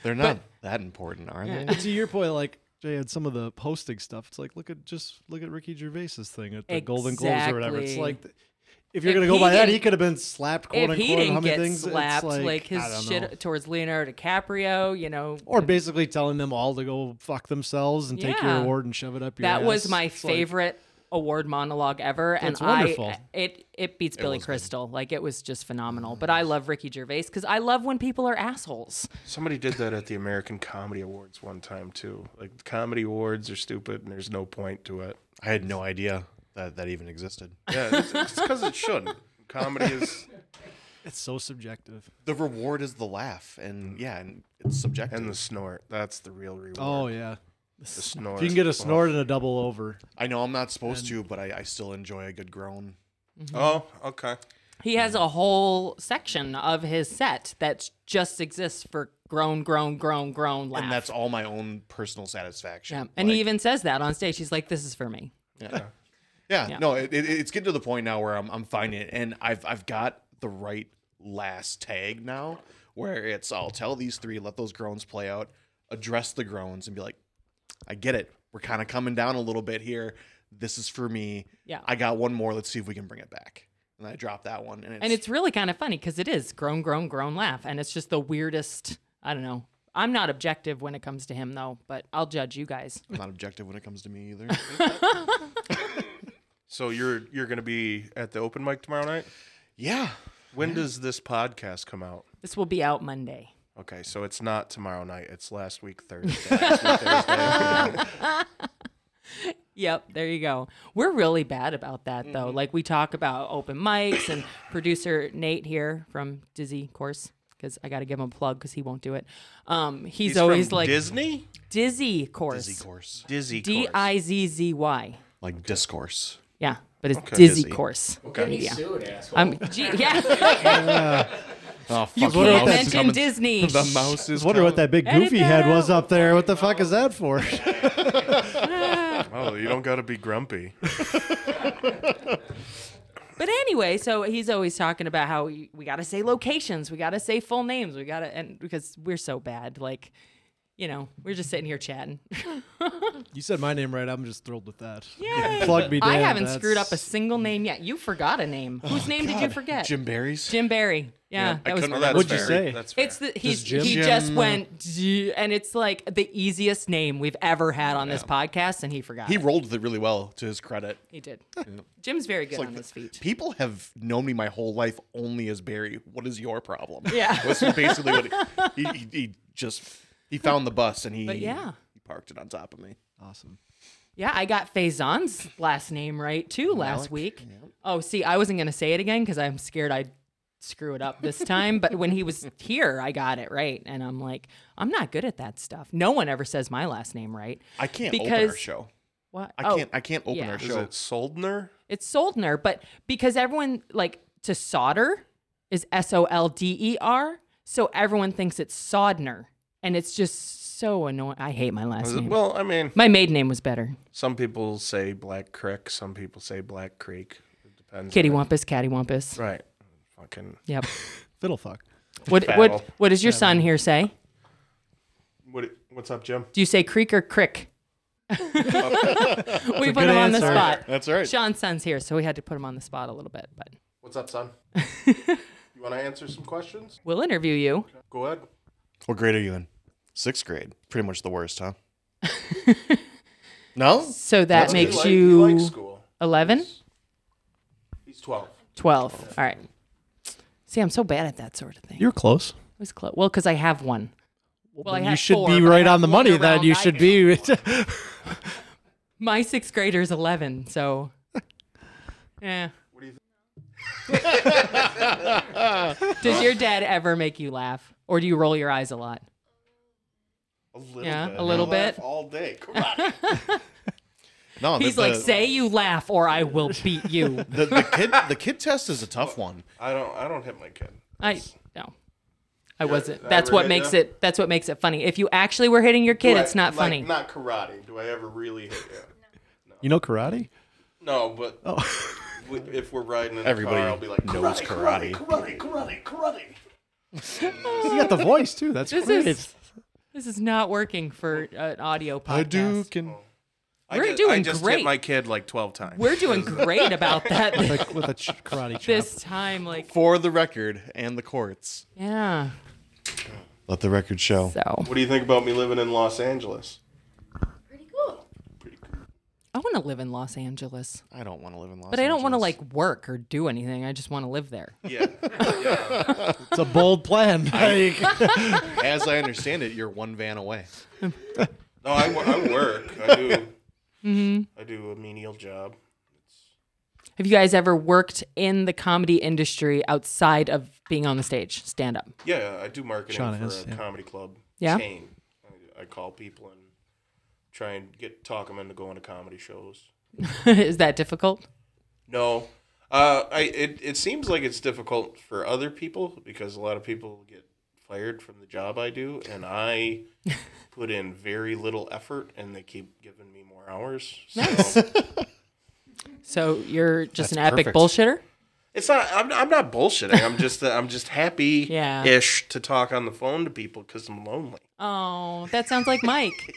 Speaker 5: They're not that important, are they?
Speaker 4: to your point, like Jay had some of the posting stuff. It's like look at just look at Ricky Gervais's thing at the Golden Globes or whatever. It's
Speaker 3: Exactly.
Speaker 4: like if you're
Speaker 3: If
Speaker 4: gonna go
Speaker 3: he
Speaker 4: by that,
Speaker 3: didn't-
Speaker 4: he could have been slapped. Quote
Speaker 3: if
Speaker 4: unquote,
Speaker 3: he
Speaker 4: how
Speaker 3: didn't
Speaker 4: many
Speaker 3: get
Speaker 4: things. It's
Speaker 3: slapped, like,
Speaker 4: I don't
Speaker 3: his
Speaker 4: know.
Speaker 3: shit towards Leonardo DiCaprio, you know,
Speaker 4: Or basically telling them all to go fuck themselves and take your
Speaker 3: Yeah.
Speaker 4: award and shove it up your
Speaker 3: that was
Speaker 4: ass.
Speaker 3: my
Speaker 4: It's like-
Speaker 3: favorite award monologue ever, and
Speaker 4: That's wonderful.
Speaker 3: I it it beats Billy Crystal. Like it was just phenomenal.
Speaker 4: Mm,
Speaker 3: But I love Ricky Gervais because I love when people are assholes.
Speaker 2: Somebody did that at the American Comedy Awards one time too. Like the comedy awards are stupid and there's no point to it.
Speaker 5: I had no idea that that even existed.
Speaker 2: Yeah, it's because it shouldn't. Comedy is
Speaker 4: It's so subjective.
Speaker 5: The reward is the laugh, and yeah, and it's subjective.
Speaker 2: and the snort. That's the real reward.
Speaker 4: Oh yeah.
Speaker 2: the snort.
Speaker 4: If you can get a snort and a double over,
Speaker 5: I know I'm not supposed to, but I, I still enjoy a good groan.
Speaker 2: Oh, okay.
Speaker 3: He has a whole section of his set that just exists for groan, groan, groan, groan laugh.
Speaker 5: And that's all my own personal satisfaction.
Speaker 3: yeah. And he
Speaker 5: Like,
Speaker 3: even says that on stage. He's like, "This is for me."
Speaker 5: yeah, no, it, it, it's getting to the point now where I'm, I'm finding it, and I've I've got the right last tag now, where it's I'll tell these three, let those groans play out, address the groans, and be like, I get it, we're kind of coming down a little bit here. This is for me.
Speaker 3: Yeah.
Speaker 5: I got one more. Let's see if we can bring it back. And I drop that one, and it's,
Speaker 3: And it's really kind of funny because it is groan, groan, groan laugh, and it's just the weirdest. I don't know. I'm not objective when it comes to him though, but I'll judge you guys.
Speaker 5: I'm not objective when it comes to me either.
Speaker 2: So you're you're gonna be at the open mic tomorrow night.
Speaker 5: yeah.
Speaker 2: When does this podcast come out?
Speaker 3: This will be out Monday.
Speaker 2: Okay, so it's not tomorrow night. It's last week Thursday. Last week Thursday.
Speaker 3: Yep, there you go. We're really bad about that though. Like we talk about open mics and producer Nate here from Dizzy Course because I got to give him a plug because he won't do it. Um, he's, always
Speaker 2: from
Speaker 3: like
Speaker 2: Disney,
Speaker 3: Dizzy Course,
Speaker 5: Dizzy course.
Speaker 2: Dizzy,
Speaker 3: D
Speaker 2: Course.
Speaker 3: I Z Z Y.
Speaker 5: Like oh, discourse.
Speaker 3: Yeah, but it's Dizzy,
Speaker 5: Dizzy.
Speaker 3: Course.
Speaker 1: Can you
Speaker 3: Yeah.
Speaker 1: sue an asshole?
Speaker 3: Um, gee, yeah,
Speaker 5: Oh, fuck.
Speaker 3: you
Speaker 5: the mouse
Speaker 3: can't
Speaker 5: is
Speaker 3: mention
Speaker 5: coming.
Speaker 3: Disney.
Speaker 5: The mouse is.
Speaker 4: I wonder what
Speaker 5: coming.
Speaker 4: that big
Speaker 3: Edit
Speaker 4: goofy
Speaker 3: that
Speaker 4: head was
Speaker 3: out.
Speaker 4: up there. What the fuck is that for?
Speaker 2: Oh, you don't got to be grumpy.
Speaker 3: But anyway, so he's always talking about how we, we got to say locations, we got to say full names, we got to, and because we're so bad, like, you know, we're just sitting here chatting.
Speaker 4: you said my name right. I'm just thrilled with that.
Speaker 3: Yay.
Speaker 4: Plug me down.
Speaker 3: I haven't screwed up
Speaker 4: that's-
Speaker 3: a single name yet. You forgot a name. Whose name did you forget?
Speaker 5: Jim Barry's.
Speaker 3: Jim Barry. Yeah, that was.
Speaker 2: Well, that's
Speaker 4: What'd you
Speaker 2: fair.
Speaker 4: say?
Speaker 2: That's fair.
Speaker 3: It's the he's,
Speaker 4: Jim-
Speaker 3: he
Speaker 4: Jim,
Speaker 3: just
Speaker 5: uh,
Speaker 3: went "D-" and it's like the easiest name we've ever had on this podcast, and he forgot.
Speaker 5: He
Speaker 3: He,
Speaker 5: rolled it really well to his credit.
Speaker 3: he did. Jim's very good
Speaker 5: like
Speaker 3: on
Speaker 5: the-
Speaker 3: his feet.
Speaker 5: People have known me my whole life only as Barry. What is your problem?
Speaker 3: Yeah.
Speaker 5: That's basically what he, he, he just he found the bus and he
Speaker 3: But yeah.
Speaker 5: he parked it on top of me.
Speaker 4: Awesome.
Speaker 3: Yeah, I got Faison's last name right too last week. Oh, see, I wasn't gonna say it again because I'm scared I'd screw it up this time. but when he was here, I got it right, and I'm like, I'm not good at that stuff. No one ever says my last name right.
Speaker 5: I can't open our
Speaker 3: Because-
Speaker 5: show.
Speaker 3: What?
Speaker 5: I
Speaker 3: Oh,
Speaker 5: can't I can't open
Speaker 3: yeah.
Speaker 5: our
Speaker 3: Is
Speaker 2: Is
Speaker 5: show.
Speaker 2: it Soldner?
Speaker 3: It's Soldner, but because everyone like to solder is S O L D E R, so everyone thinks it's Sodner, and it's just so annoying. I hate my last
Speaker 2: Is it-
Speaker 3: name.
Speaker 2: Well, I mean,
Speaker 3: my maiden name was better.
Speaker 2: some people say Black Creek. Some people say Black Creek. It depends.
Speaker 3: Kitty
Speaker 2: on-
Speaker 3: Wampus, Catty Wampus.
Speaker 2: Right. Fucking.
Speaker 3: Yep.
Speaker 4: Fiddle fuck.
Speaker 3: What
Speaker 2: Battle.
Speaker 3: what what does your son here say?
Speaker 2: What, what's up, Jim?
Speaker 3: Do you say creek or crick? we put
Speaker 4: good
Speaker 3: him on the
Speaker 4: answer.
Speaker 3: spot.
Speaker 5: That's all right.
Speaker 3: Sean's son's here, so we had to put him on the spot a little bit. But
Speaker 2: What's up, son? you want to answer some questions?
Speaker 3: we'll interview you.
Speaker 2: Go ahead.
Speaker 5: What grade are you in? Sixth grade. Pretty much the worst, huh? no?
Speaker 3: So that
Speaker 2: That's- he
Speaker 3: makes
Speaker 2: like- he
Speaker 3: you
Speaker 2: likes school.
Speaker 3: 11,
Speaker 2: He's 12.
Speaker 3: 12. All right. See, I'm so bad at that sort of thing.
Speaker 4: You're close.
Speaker 3: It was close. Well, because I have one. Well, I
Speaker 4: you
Speaker 3: have
Speaker 4: should
Speaker 3: four,
Speaker 4: be
Speaker 3: but I
Speaker 4: right
Speaker 3: have
Speaker 4: on the
Speaker 3: one
Speaker 4: money. Then
Speaker 3: around
Speaker 4: you
Speaker 3: I
Speaker 4: should
Speaker 3: have
Speaker 4: be.
Speaker 3: My sixth grader is 11, so. eh. Yeah. What
Speaker 2: do you
Speaker 3: think? Does your dad ever make you laugh? Or do you roll your eyes a lot?
Speaker 2: A little
Speaker 3: Yeah, bit. a little
Speaker 2: I laugh
Speaker 3: bit.
Speaker 2: All day. Karate.
Speaker 5: No,
Speaker 3: He's
Speaker 5: Oh, the,
Speaker 3: like,
Speaker 5: the,
Speaker 3: say you laugh or I will beat you.
Speaker 5: the, the kid the kid test is a tough one.
Speaker 2: I don't. I don't hit my kid.
Speaker 3: I no. I wasn't.
Speaker 2: I
Speaker 3: That's what
Speaker 2: really-
Speaker 3: makes it that's what makes it funny. If you actually were hitting your kid,
Speaker 2: Do I-
Speaker 3: it's not
Speaker 2: like,
Speaker 3: funny.
Speaker 2: Not karate. Do I ever really hit you?
Speaker 4: you know karate?
Speaker 2: No, but w- if we're riding in
Speaker 5: Everybody
Speaker 2: the car, I'll be like,
Speaker 5: knows
Speaker 2: karate,
Speaker 5: karate."
Speaker 2: karate, karate, karate, karate.
Speaker 4: You got the voice too. That's
Speaker 3: This
Speaker 4: great.
Speaker 3: is- this is not working for an audio podcast.
Speaker 5: Hadouken.
Speaker 3: We're
Speaker 2: I just, I
Speaker 3: doing
Speaker 2: just
Speaker 3: great.
Speaker 2: hit my kid like 12 times.
Speaker 3: We're doing great about that
Speaker 4: Like with a ch- karate chop.
Speaker 3: this time like
Speaker 5: For the record and the courts.
Speaker 3: yeah.
Speaker 5: Let the record show.
Speaker 3: So
Speaker 2: What do you think about me living in Los Angeles?
Speaker 7: Pretty cool.
Speaker 2: Pretty cool.
Speaker 3: I want to live in Los Angeles,
Speaker 5: I don't want to live in Los
Speaker 3: but I don't want to
Speaker 5: Angeles.
Speaker 3: like work or do anything. I just want to live there.
Speaker 2: Yeah.
Speaker 4: It's a bold plan. Like,
Speaker 5: As I understand it, you're one van away.
Speaker 2: No, I, wo- I work. I do.
Speaker 3: Mm-hmm.
Speaker 2: I do a menial job.
Speaker 3: Have you guys ever worked in the comedy industry outside of being on the stage, stand up?
Speaker 2: Yeah, I do marketing
Speaker 4: Shauna
Speaker 2: for
Speaker 4: is,
Speaker 2: a
Speaker 4: yeah.
Speaker 2: comedy club
Speaker 3: Yeah?
Speaker 2: chain. I, I call people and try and get talk them into going to comedy shows.
Speaker 3: is that difficult?
Speaker 2: No. Uh, I it, it seems like it's difficult for other people because a lot of people get fired from the job I do, and I put in very little effort, and they keep giving me more hours. So
Speaker 3: So you're just an epic
Speaker 5: perfect.
Speaker 3: bullshitter?
Speaker 2: it's not. I'm, I'm not bullshitting. I'm just uh, I'm just happy
Speaker 3: Yeah.
Speaker 2: ish to talk on the phone to people because I'm lonely.
Speaker 3: Oh, that sounds like Mike.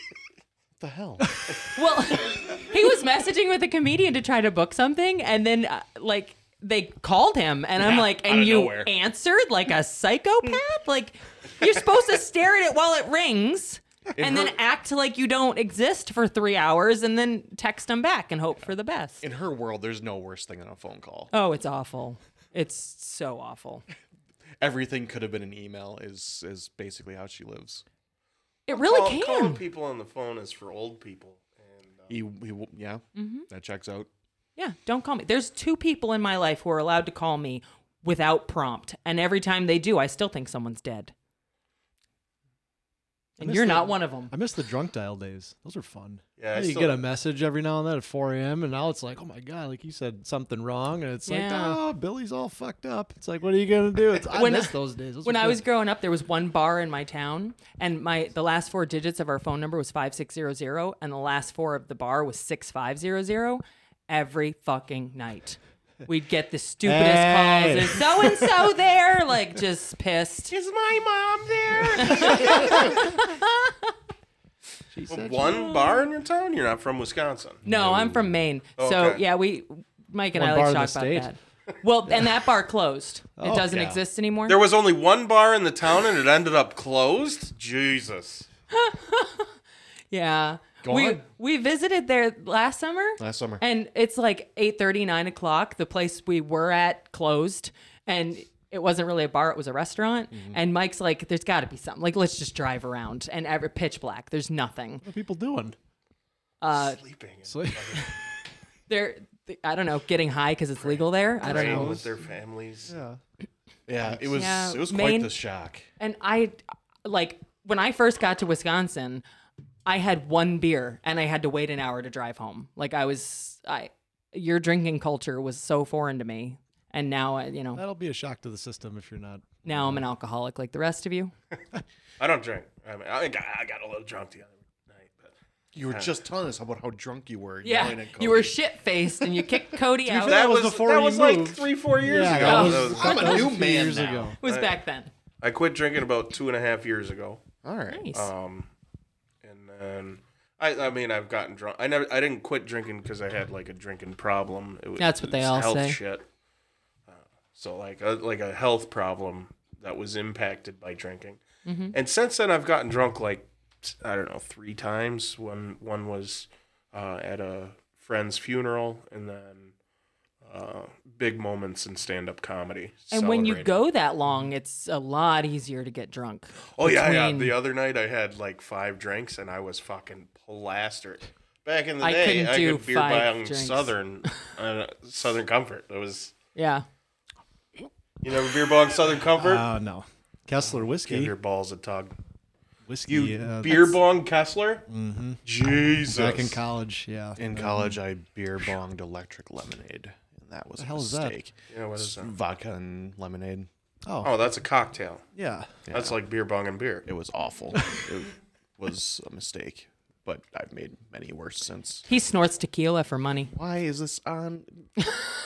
Speaker 5: the hell?
Speaker 3: well, he was messaging with a comedian to try to book something, and then uh, like they called him, and I'm like, and you answered like a psychopath. like you're supposed to stare at it while it rings. and then act like you don't exist for three hours and then text them back and hope for the best.
Speaker 5: In her world, there's no worse thing than a phone call.
Speaker 3: Oh, it's awful. It's so awful.
Speaker 5: everything could have been an email is is basically how she lives.
Speaker 3: It really
Speaker 2: Call- Calling
Speaker 3: can.
Speaker 2: people on the phone is for old people. And uh,
Speaker 5: He, he yeah,
Speaker 3: Mm-hmm.
Speaker 5: that checks out.
Speaker 3: Yeah, don't call me. There's two people in my life who are allowed to call me without prompt, and every time they do, I still think someone's dead. And
Speaker 4: miss
Speaker 3: you're
Speaker 4: the-
Speaker 3: not one of them.
Speaker 4: I miss the drunk dial days. Those are fun.
Speaker 2: Yeah, I
Speaker 4: you
Speaker 2: still-
Speaker 4: get a message every now and then at 4 a.m. and now it's like, oh my god, like you said something wrong, and it's like,
Speaker 3: Yeah.
Speaker 4: oh, Billy's all fucked up. It's like, what are you gonna do? It's, I
Speaker 3: When
Speaker 4: miss
Speaker 3: I-
Speaker 4: those days. Those
Speaker 3: when
Speaker 4: were
Speaker 3: I
Speaker 4: good.
Speaker 3: was growing up, there was one bar in my town, and my the last four digits of our phone number was five six zero zero, and the last four of the bar was six five zero zero. Every fucking night, we'd get the stupidest
Speaker 4: Hey.
Speaker 3: calls. Is so and so there? Like just pissed.
Speaker 2: is my mom there? One bar in your town? You're not from Wisconsin.
Speaker 3: No, I'm from Maine, so
Speaker 2: Okay.
Speaker 3: yeah, we Mike and
Speaker 4: One
Speaker 3: I
Speaker 4: bar
Speaker 3: like
Speaker 4: in
Speaker 3: to talk
Speaker 4: the
Speaker 3: about
Speaker 4: state.
Speaker 3: that. Well, and that bar closed.
Speaker 5: Oh,
Speaker 3: it doesn't
Speaker 4: yeah.
Speaker 3: exist anymore.
Speaker 2: There was only one bar in the town and it ended up closed? Jesus.
Speaker 3: Yeah.
Speaker 5: Go
Speaker 3: we
Speaker 5: on.
Speaker 3: we visited there last summer.
Speaker 5: Last summer.
Speaker 3: And it's like 8 9 o'clock. The place we were at closed and it wasn't really a bar, it was a restaurant.
Speaker 5: Mm-hmm.
Speaker 3: And Mike's like, There's gotta be something. Like, let's just drive around and every pitch black. There's nothing.
Speaker 4: What are people doing? Uh,
Speaker 2: Sleeping.
Speaker 4: It's like,
Speaker 3: There I don't know, getting high because it's legal there. I don't
Speaker 2: Praying
Speaker 3: know.
Speaker 2: with their families.
Speaker 4: yeah.
Speaker 5: Yeah, it was
Speaker 3: Yeah,
Speaker 5: it was
Speaker 3: Maine-
Speaker 5: quite the shock.
Speaker 3: And I like when I first got to Wisconsin, I had one beer and I had to wait an hour to drive home. Like I was I your drinking culture was so foreign to me. And now, I- you
Speaker 2: Oh.
Speaker 3: know,
Speaker 4: That'll be a shock to the system if you're not.
Speaker 3: now I'm an alcoholic like the rest of you.
Speaker 2: I don't drink. I, mean, I, got, I got a little drunk the other night, but
Speaker 5: You were just telling us about how drunk you were. yelling
Speaker 3: Yeah.
Speaker 5: at
Speaker 3: You
Speaker 5: Cody.
Speaker 3: were shit faced and you kicked Cody out.
Speaker 4: fair,
Speaker 3: It
Speaker 2: that was,
Speaker 4: before
Speaker 2: that
Speaker 4: you
Speaker 2: was like
Speaker 4: moved.
Speaker 2: three, four years
Speaker 4: Yeah,
Speaker 2: ago.
Speaker 4: that
Speaker 2: That was-
Speaker 5: I'm a
Speaker 4: that was
Speaker 5: new
Speaker 4: few
Speaker 5: man
Speaker 4: years
Speaker 5: now.
Speaker 4: ago.
Speaker 3: was back then.
Speaker 2: I quit drinking about two and a half years ago.
Speaker 5: All right.
Speaker 3: Nice.
Speaker 2: Um, and then I, I mean, I've gotten drunk. I never, I didn't quit drinking because I had like a drinking problem. It was,
Speaker 3: That's what they
Speaker 2: it's
Speaker 3: all
Speaker 2: health
Speaker 3: say.
Speaker 2: Shit. Uh, so like a, like a health problem that was impacted by drinking.
Speaker 3: Mm-hmm.
Speaker 2: And since then, I've gotten drunk like I don't know three times. One one was uh, at a friend's funeral, and then uh, big moments in stand up comedy.
Speaker 3: and when you
Speaker 2: celebrating.
Speaker 3: go that long, it's a lot easier to get drunk.
Speaker 2: Oh yeah, yeah.
Speaker 3: between-
Speaker 2: The other night I had like five drinks and I was fucking plastered. Back in the
Speaker 3: I
Speaker 2: day,
Speaker 3: couldn't
Speaker 2: I
Speaker 3: do
Speaker 2: could beer
Speaker 3: five
Speaker 2: buying
Speaker 3: drinks.
Speaker 2: Southern uh, Southern Comfort. That was
Speaker 3: Yeah.
Speaker 2: you never beer buying Southern Comfort.
Speaker 4: Oh no, Kessler
Speaker 2: Give
Speaker 4: whiskey,
Speaker 2: your balls a tug.
Speaker 4: whiskey.
Speaker 2: You
Speaker 4: uh,
Speaker 2: beer bong Kessler? Mm-hmm. Jesus.
Speaker 4: back in college. Yeah,
Speaker 5: In college, I beer bonged electric lemonade, and that was a
Speaker 4: hell is that?
Speaker 5: mistake.
Speaker 2: Yeah, what is
Speaker 5: It's
Speaker 2: that?
Speaker 5: Vodka and lemonade.
Speaker 2: Oh, that's a cocktail.
Speaker 4: yeah.
Speaker 2: That's like beer bong and beer.
Speaker 5: It was awful. it was a mistake, but I've made many worse since.
Speaker 3: He snorts tequila for money.
Speaker 5: Why is this on?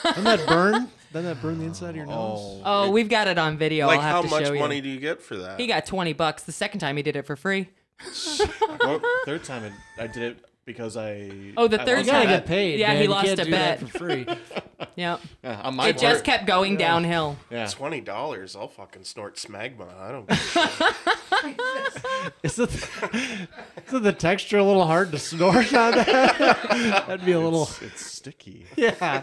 Speaker 4: Doesn't that burn? Doesn't that burn the inside of your nose?
Speaker 5: Oh,
Speaker 3: Oh, we've got it on video.
Speaker 2: like
Speaker 3: I'll have
Speaker 2: how
Speaker 3: to
Speaker 2: much
Speaker 3: show you.
Speaker 2: money do you get for that?
Speaker 3: He got 20 bucks the second time he did it for free.
Speaker 5: well, third time I, I did it because I.
Speaker 3: Oh, the
Speaker 5: I
Speaker 3: third
Speaker 5: lost
Speaker 4: You gotta
Speaker 3: time.
Speaker 5: that.
Speaker 4: get paid.
Speaker 3: Yeah,
Speaker 4: man.
Speaker 3: he
Speaker 4: You
Speaker 3: lost
Speaker 4: can't
Speaker 3: a
Speaker 4: do that
Speaker 3: bet.
Speaker 4: for free.
Speaker 3: Yep.
Speaker 5: Yeah, on my
Speaker 3: it just
Speaker 5: part.
Speaker 3: kept going downhill.
Speaker 5: Yeah.
Speaker 2: Twenty dollars, I'll fucking snort smegma. I don't.
Speaker 4: Is it, isn't the texture a little hard to snort on that? That'd be a little.
Speaker 5: It's sticky.
Speaker 4: Yeah,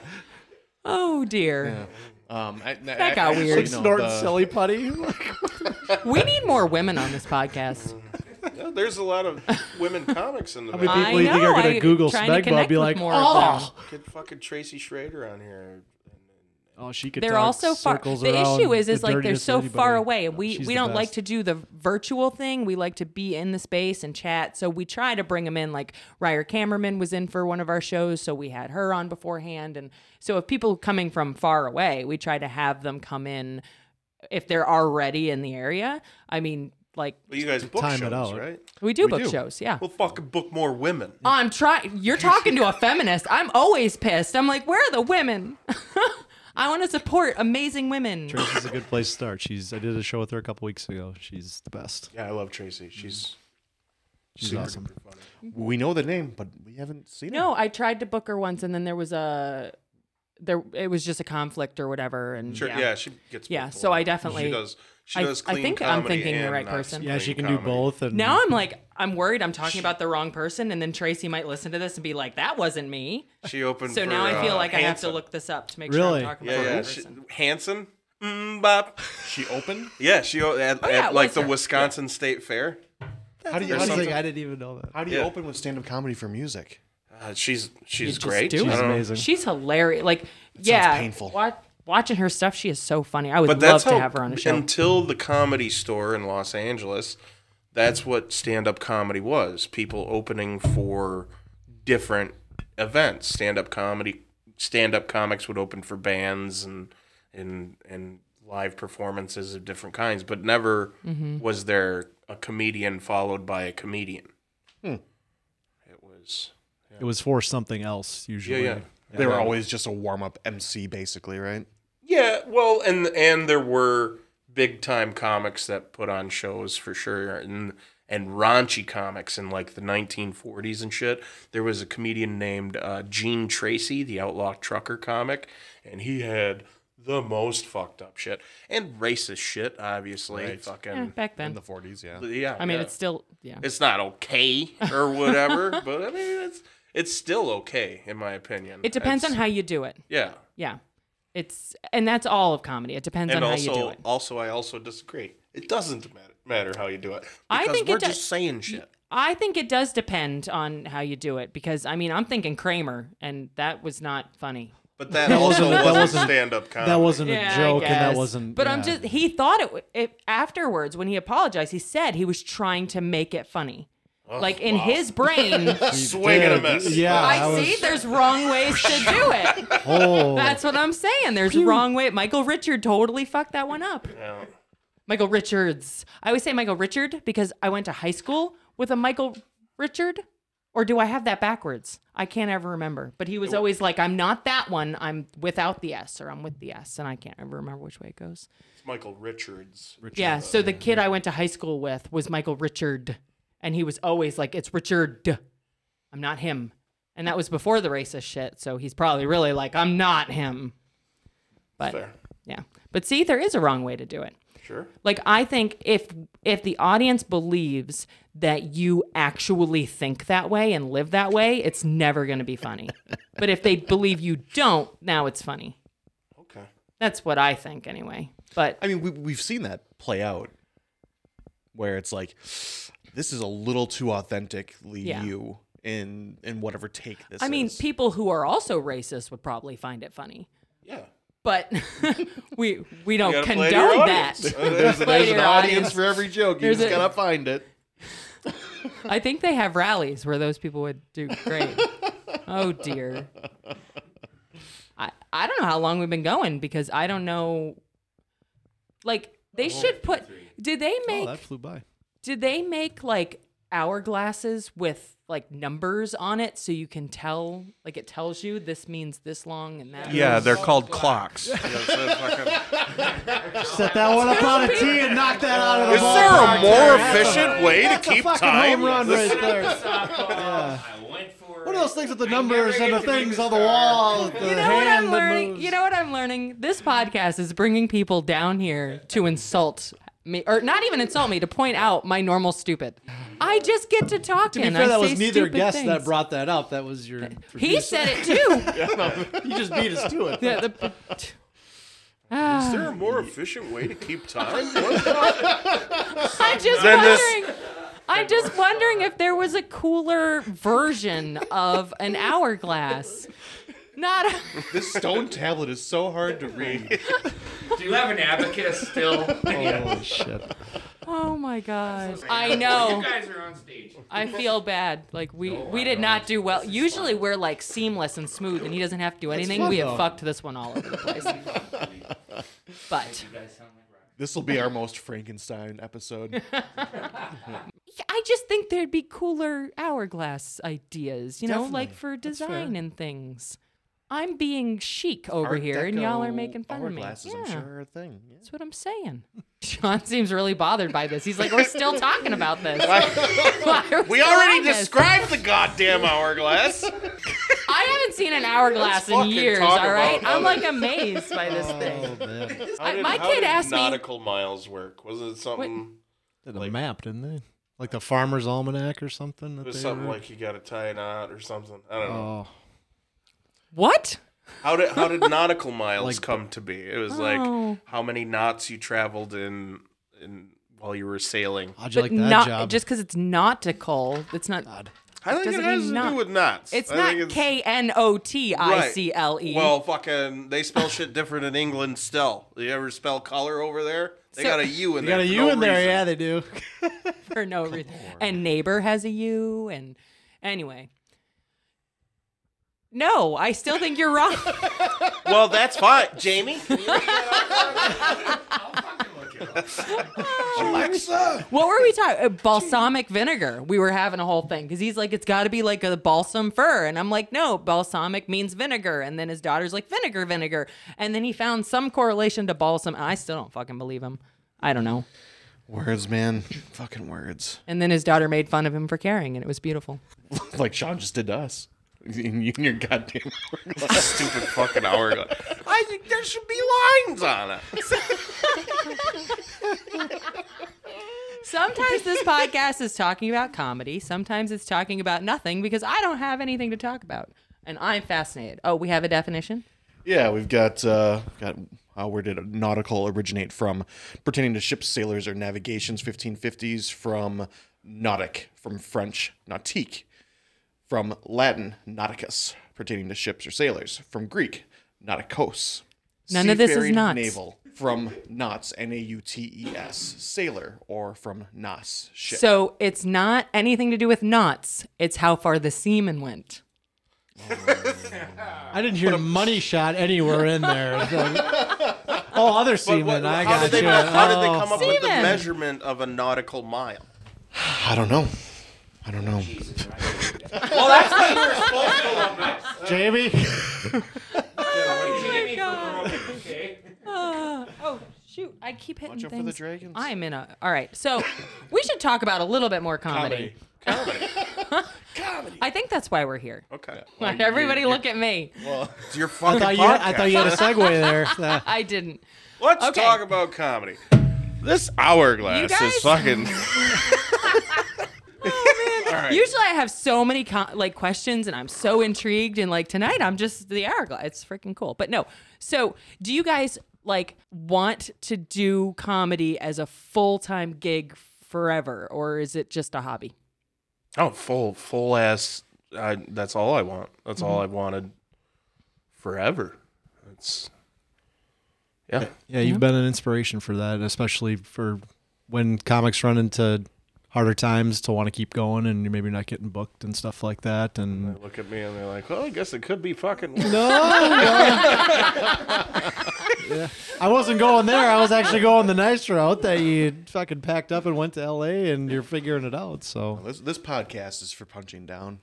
Speaker 3: Oh, dear.
Speaker 5: Um, I, that
Speaker 3: got weird.
Speaker 4: like snorting silly putty. Like,
Speaker 3: We need more women on this podcast.
Speaker 2: Yeah, there's a lot of women comics in the.
Speaker 4: how
Speaker 2: business.
Speaker 4: many people
Speaker 3: I
Speaker 4: you think
Speaker 3: know,
Speaker 4: are gonna
Speaker 3: I-
Speaker 4: Google
Speaker 3: trying to
Speaker 4: Smegma and
Speaker 3: connect
Speaker 4: be
Speaker 3: with
Speaker 4: like,
Speaker 3: more of
Speaker 4: oh,
Speaker 2: Get fucking Tracy Schrader on here.
Speaker 4: oh, she could.
Speaker 3: They're
Speaker 4: talk
Speaker 3: also far.
Speaker 4: circles
Speaker 3: The
Speaker 4: around
Speaker 3: issue is,
Speaker 4: the
Speaker 3: is like they're
Speaker 4: dirtiest
Speaker 3: so
Speaker 4: anybody. Oh,
Speaker 3: far away, and we
Speaker 4: She's
Speaker 3: we
Speaker 4: the
Speaker 3: don't like
Speaker 4: best.
Speaker 3: to do the virtual thing. We like to be in the space and chat. So we try to bring them in. Like Ryer Cameraman was in for one of our shows, so we had her on beforehand. And so if people coming from far away, we try to have them come in if they're already in the area. I mean, like
Speaker 2: But you guys book
Speaker 4: time it
Speaker 2: shows,
Speaker 4: out.
Speaker 2: right?
Speaker 3: we do book shows, yeah.
Speaker 2: We'll fucking book more women.
Speaker 3: I'm trying. You're talking to a feminist. I'm always pissed. I'm like, where are the women? I want to support amazing women.
Speaker 4: This is a good place to start. She's. I did a show with her a couple weeks ago. She's the best.
Speaker 2: Yeah, I love Tracy. She's
Speaker 4: She's awesome.
Speaker 2: Mm-hmm.
Speaker 5: We know the name, but we haven't seen it.
Speaker 3: No, I tried to book her once, and then there was a there. It was just a conflict or whatever, and
Speaker 2: sure. Yeah,
Speaker 3: yeah.
Speaker 2: she gets.
Speaker 3: Yeah,
Speaker 2: booked a
Speaker 3: so
Speaker 2: lot.
Speaker 3: I definitely-
Speaker 2: She does. She
Speaker 3: I-
Speaker 2: does
Speaker 3: I
Speaker 2: clean
Speaker 3: think I'm
Speaker 2: comedy
Speaker 3: thinking the
Speaker 2: and
Speaker 3: right
Speaker 2: not
Speaker 3: person.
Speaker 4: Yeah, she
Speaker 2: clean
Speaker 4: can do
Speaker 2: comedy.
Speaker 4: both. And
Speaker 3: Now I'm like, I'm worried. I'm talking about the wrong person, and then Tracy might listen to this and be like, "That wasn't me."
Speaker 2: She opened.
Speaker 3: So
Speaker 2: for,
Speaker 3: now I feel
Speaker 2: uh,
Speaker 3: like I have to
Speaker 2: Hanson.
Speaker 3: look this up to make
Speaker 4: Really?
Speaker 3: sure I'm talking
Speaker 2: Yeah,
Speaker 3: about the
Speaker 2: yeah.
Speaker 3: right
Speaker 2: She,
Speaker 3: person.
Speaker 2: Hanson. Mm, bop.
Speaker 5: She opened.
Speaker 2: Yeah, she o- at,
Speaker 3: Oh, yeah,
Speaker 2: at
Speaker 3: it
Speaker 2: like
Speaker 3: was
Speaker 2: the
Speaker 3: her.
Speaker 2: Wisconsin State Fair.
Speaker 5: How do you? How do
Speaker 4: Honestly,
Speaker 5: you,
Speaker 4: I didn't even know that.
Speaker 5: how do you
Speaker 2: Yeah.
Speaker 5: open with stand-up comedy for music?
Speaker 2: Uh, she's she's
Speaker 3: just
Speaker 2: great.
Speaker 3: do
Speaker 2: I
Speaker 4: She's
Speaker 2: don't know.
Speaker 4: amazing.
Speaker 3: She's hilarious. Like, yeah,
Speaker 5: painful.
Speaker 3: wa- watching her stuff, she is so funny. I would
Speaker 2: But
Speaker 3: love
Speaker 2: that's
Speaker 3: to
Speaker 2: how
Speaker 3: have her on a show.
Speaker 2: until the comedy store in Los Angeles, that's what stand-up comedy was. People opening for different events. Stand-up comedy stand-up comics would open for bands and and and live performances of different kinds, but never
Speaker 3: Mm-hmm.
Speaker 2: was there a comedian followed by a comedian. It was
Speaker 4: It was for something else
Speaker 2: Yeah,
Speaker 4: usually.
Speaker 2: yeah.
Speaker 5: They were always just a warm-up MC, basically, right?
Speaker 2: Yeah, well, and and there were big time comics that put on shows for sure, and and raunchy comics in like the 1940s and shit. There was a comedian named uh, Gene Tracy, the outlaw trucker comic, and he had the most fucked up shit and racist shit, obviously.
Speaker 3: Yeah,
Speaker 2: Fucking
Speaker 3: Eh, back then.
Speaker 5: In the 40s, yeah.
Speaker 2: yeah.
Speaker 3: I mean,
Speaker 2: yeah.
Speaker 3: it's still, yeah.
Speaker 2: it's not okay or whatever, but I mean it's it's still okay in my opinion.
Speaker 3: It depends on
Speaker 2: It's-
Speaker 3: how you do it.
Speaker 2: yeah.
Speaker 3: Yeah. It's, and that's all of comedy. It depends
Speaker 2: and
Speaker 3: on
Speaker 2: also,
Speaker 3: how you do it.
Speaker 2: also, I also disagree. It doesn't matter, matter how you do it because
Speaker 3: I think it
Speaker 2: we're
Speaker 3: does-
Speaker 2: just saying shit.
Speaker 3: I think it does depend on how you do it because, I mean, I'm thinking Kramer, and that was not funny.
Speaker 2: But that,
Speaker 4: That
Speaker 2: also
Speaker 4: wasn't- that
Speaker 2: wasn't,
Speaker 4: wasn't-
Speaker 2: stand-up comedy.
Speaker 4: That wasn't
Speaker 3: Yeah,
Speaker 4: a
Speaker 3: I
Speaker 4: joke, and that
Speaker 3: guess.
Speaker 4: wasn't.
Speaker 3: But I'm
Speaker 4: yeah.
Speaker 3: just. He thought it, w- it. Afterwards, when he apologized, he said he was trying to make it funny. like in his brain,
Speaker 2: swing and a miss.
Speaker 4: Yeah,
Speaker 3: I,
Speaker 4: I
Speaker 3: see.
Speaker 4: was-
Speaker 3: There's wrong ways to do it.
Speaker 4: Oh,
Speaker 3: That's what I'm saying. There's wrong way. Michael Richard totally fucked that one up.
Speaker 2: Yeah.
Speaker 3: Michael Richards. I always say Michael Richard because I went to high school with a Michael Richard. Or do I have that backwards? I can't ever remember. But he was always like, I'm not that one. I'm without the S or I'm with the S. And I can't ever remember which way it goes.
Speaker 2: It's Michael Richards.
Speaker 3: Yeah. So the kid I went to high school with was Michael Richard, and he was always like, "It's Richard, I'm not him," and that was before the racist shit. So he's probably really like, "I'm not him." But
Speaker 2: Fair.
Speaker 3: yeah, but see, there is a wrong way to do it.
Speaker 2: Sure.
Speaker 3: Like I think if if the audience believes that you actually think that way and live that way, it's never going to be funny. but if they believe you don't, now it's funny.
Speaker 2: Okay.
Speaker 3: That's what I think anyway. But
Speaker 5: I mean, we, we've seen that play out where it's like, this is a little too authentically
Speaker 3: Yeah.
Speaker 5: you in in whatever take this
Speaker 3: I mean,
Speaker 5: is.
Speaker 3: people who are also racist would probably find it funny,
Speaker 2: Yeah.
Speaker 3: but we we don't
Speaker 2: Gotta play to your
Speaker 3: Oh, condone that.
Speaker 2: audience. There's,
Speaker 3: Play to
Speaker 5: There's an
Speaker 3: your
Speaker 5: audience
Speaker 3: audience.
Speaker 5: for every joke. You
Speaker 3: There's
Speaker 5: just
Speaker 3: a-
Speaker 5: gotta find it.
Speaker 3: I think they have rallies where those people would do great. oh dear. I I don't know how long we've been going because I don't know. Like they should put. Did they
Speaker 4: oh,
Speaker 3: make?
Speaker 4: that flew by.
Speaker 3: Do they make like hourglasses with like numbers on it so you can tell? Like it tells you this means this long and that.
Speaker 2: Yeah, they're called clocks.
Speaker 4: Set that one up on a tee and knock that out of the
Speaker 2: Is there a more efficient way to keep time?
Speaker 4: home run right there.
Speaker 1: I went for
Speaker 4: What
Speaker 1: it.
Speaker 4: else things with the
Speaker 1: I never
Speaker 4: numbers and
Speaker 1: get
Speaker 4: the
Speaker 1: to be
Speaker 4: things on the
Speaker 1: star.
Speaker 4: wall? The
Speaker 3: You know what I'm learning? You know what I'm learning? This podcast is bringing people down here to insult me, or not even insult me, to point out my normal stupid. I just get to talk
Speaker 4: to be
Speaker 3: and
Speaker 4: fair,
Speaker 3: I
Speaker 4: that
Speaker 3: say
Speaker 4: was neither
Speaker 3: stupid
Speaker 4: guest
Speaker 3: things.
Speaker 4: that brought that up. That was your.
Speaker 3: He said it too.
Speaker 4: You just beat us to it.
Speaker 3: Yeah, the-
Speaker 2: Is there a more efficient way to keep time? What?
Speaker 3: I'm just
Speaker 2: Then this-
Speaker 3: wondering. I'm just wondering if there was a cooler version of an hourglass. Not. A,
Speaker 5: This stone tablet is so hard to read.
Speaker 1: Do you have an abacus still?
Speaker 4: Oh shit!
Speaker 3: oh my god! I know.
Speaker 1: You guys are on stage.
Speaker 3: I feel bad. Like we we did not do well. Usually we're like seamless and smooth, and he doesn't have to do anything.
Speaker 4: fun,
Speaker 3: We have
Speaker 4: though.
Speaker 3: fucked this one all over the place. but
Speaker 1: You guys sound like rock.
Speaker 5: This will be our most Frankenstein episode.
Speaker 3: I just think there'd be cooler hourglass ideas, you know, like for design and things. I'm being chic over
Speaker 5: Art
Speaker 3: here, and y'all are
Speaker 5: Deco
Speaker 3: making fun of me.
Speaker 5: hourglasses,
Speaker 3: yeah,
Speaker 5: I'm sure are a thing. Yeah.
Speaker 3: that's what I'm saying. Sean seems really bothered by this. He's like, "We're still talking about this. Why are
Speaker 2: We
Speaker 3: still
Speaker 2: already
Speaker 3: on this?
Speaker 2: described the goddamn hourglass.
Speaker 3: I haven't seen an hourglass in
Speaker 2: fucking
Speaker 3: years.
Speaker 2: talk
Speaker 3: All right,
Speaker 2: about
Speaker 3: I'm like amazed by this thing.
Speaker 4: Oh man,
Speaker 2: How did,
Speaker 3: my
Speaker 2: how
Speaker 3: kid
Speaker 2: did
Speaker 3: asked me-
Speaker 2: nautical miles work? Wasn't it something?
Speaker 4: did a map, didn't they? Like the Farmer's Almanac or something. That
Speaker 2: It was
Speaker 4: they Oh,
Speaker 2: something
Speaker 4: were-
Speaker 2: like you got to tie a knot or something. I don't know.
Speaker 4: Oh,
Speaker 3: What?
Speaker 2: How did how did nautical miles
Speaker 4: Like-
Speaker 2: come to be? It was
Speaker 3: Oh.
Speaker 2: like how many knots you traveled in in while you were sailing.
Speaker 4: How'd you
Speaker 3: But
Speaker 4: like that
Speaker 3: not
Speaker 4: job?
Speaker 3: just because it's nautical. It's not.
Speaker 2: I think
Speaker 3: Doesn't
Speaker 2: it has
Speaker 3: mean
Speaker 2: to
Speaker 3: knot.
Speaker 2: do with knots.
Speaker 3: It's
Speaker 2: I
Speaker 3: not
Speaker 2: think
Speaker 3: K N O T I C L
Speaker 2: Right.
Speaker 3: E.
Speaker 2: Well, fucking, they spell shit different in England still. You ever spell color over there? They
Speaker 3: So-
Speaker 2: got a U in
Speaker 4: you
Speaker 2: there.
Speaker 4: got a
Speaker 2: for
Speaker 4: U
Speaker 2: no
Speaker 4: in there,
Speaker 2: reason.
Speaker 4: yeah, they do.
Speaker 3: for no reason. And neighbor has a U. And anyway, no, I still think you're wrong.
Speaker 2: Well, that's fine, Jamie.
Speaker 3: what were we talking? uh, Balsamic vinegar. We were having a whole thing because he's like, it's got to be like a balsam fir, and I'm like, no, balsamic means vinegar. And then his daughter's like, vinegar, vinegar. And then he found some correlation to balsam. I still don't fucking believe him. I don't know.
Speaker 5: Words, man. Fucking words.
Speaker 3: And then his daughter made fun of him for caring, and it was beautiful.
Speaker 5: like Sean just did to us. In you and your goddamn hourglass.
Speaker 2: Stupid fucking hourglass. I think there should be lines on it.
Speaker 3: Sometimes this podcast is talking about comedy. Sometimes it's talking about nothing because I don't have anything to talk about. And I'm fascinated. Oh, we have a definition?
Speaker 5: yeah, we've got uh got uh, where did nautical originate from? Pertaining to ships, sailors, or navigations, 1550s from nautic, from French nautique, from Latin nauticus, pertaining to ships or sailors, from Greek nauticos.
Speaker 3: None of this is
Speaker 5: seafaring
Speaker 3: knots.
Speaker 5: Naval from knots, N A U T E S, sailor, or from nas, ship.
Speaker 3: So it's not anything to do with knots, it's how far the semen went.
Speaker 4: I didn't hear money shot anywhere in there. so- oh, other seamen. I
Speaker 2: how,
Speaker 4: got
Speaker 2: did they,
Speaker 4: you.
Speaker 2: how did they
Speaker 4: Oh.
Speaker 2: come up with the
Speaker 3: Seaman.
Speaker 2: measurement of a nautical mile?
Speaker 5: I don't know. I don't know.
Speaker 4: Jamie?
Speaker 1: Jamie,
Speaker 3: God.
Speaker 1: okay.
Speaker 3: Ah, oh, shoot. I keep hitting
Speaker 5: Watch out for
Speaker 3: things.
Speaker 5: the dragons.
Speaker 3: I'm in a. All right. So we should talk about a little bit more comedy. I think that's why we're here.
Speaker 2: Okay.
Speaker 3: Everybody look at me.
Speaker 2: It's your fucking
Speaker 4: I thought, you
Speaker 2: podcast.
Speaker 4: had, I thought you had a segue there. Uh,
Speaker 3: I didn't.
Speaker 2: Let's
Speaker 3: Okay.
Speaker 2: talk about comedy. This hourglass
Speaker 3: You guys-
Speaker 2: is fucking.
Speaker 3: Usually I have so many co- like questions and I'm so intrigued and like tonight I'm just the hourglass. It's freaking cool. But no. So, do you guys like want to do comedy as a full-time gig forever or is it just a hobby?
Speaker 2: Oh, full, full ass. I, that's all I want. That's
Speaker 3: Mm-hmm.
Speaker 2: all I wanted forever. It's yeah.
Speaker 4: yeah, you've been an inspiration for that, especially for when comics run into harder times to want to keep going and you're maybe not getting booked and stuff like that. And
Speaker 2: Look at me and they're like, "Well, I guess it could be fucking." No.
Speaker 4: I wasn't going there. I was actually going the nice route that you fucking packed up and went to LA and you're figuring it out. So
Speaker 5: This, this podcast is for punching down.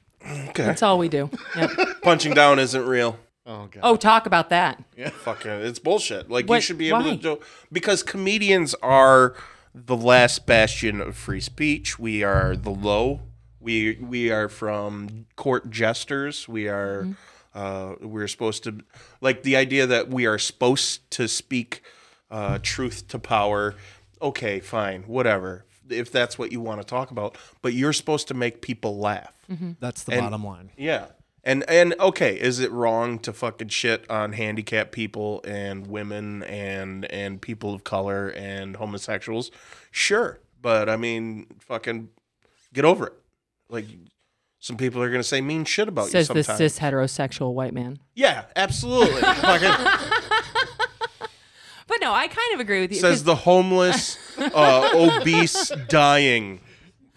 Speaker 3: That's all we do. Yep.
Speaker 2: Punching down isn't real.
Speaker 5: Oh god.
Speaker 3: oh, talk about that.
Speaker 2: Fucking, it's bullshit. Like you
Speaker 3: What-
Speaker 2: should be able
Speaker 3: why?
Speaker 2: to do because comedians are the last bastion of free speech. We are the low. We we are from court jesters. We are uh,
Speaker 3: Mm-hmm.
Speaker 2: we're supposed to like the idea that we are supposed to speak uh, truth to power. Okay, fine, whatever. If that's what you want to talk about, but you're supposed to make people laugh.
Speaker 4: that's the bottom line.
Speaker 2: Yeah. And and okay, is it wrong to fucking shit on handicapped people and women and and people of color and homosexuals? Sure, but I mean, fucking get over it. Like some people are gonna say mean shit about
Speaker 3: Says
Speaker 2: you
Speaker 3: the
Speaker 2: sometimes.
Speaker 3: cis heterosexual white man.
Speaker 2: yeah, absolutely. fucking
Speaker 3: But no, I kind of agree with you. 'cause
Speaker 2: says the homeless, uh, obese, dying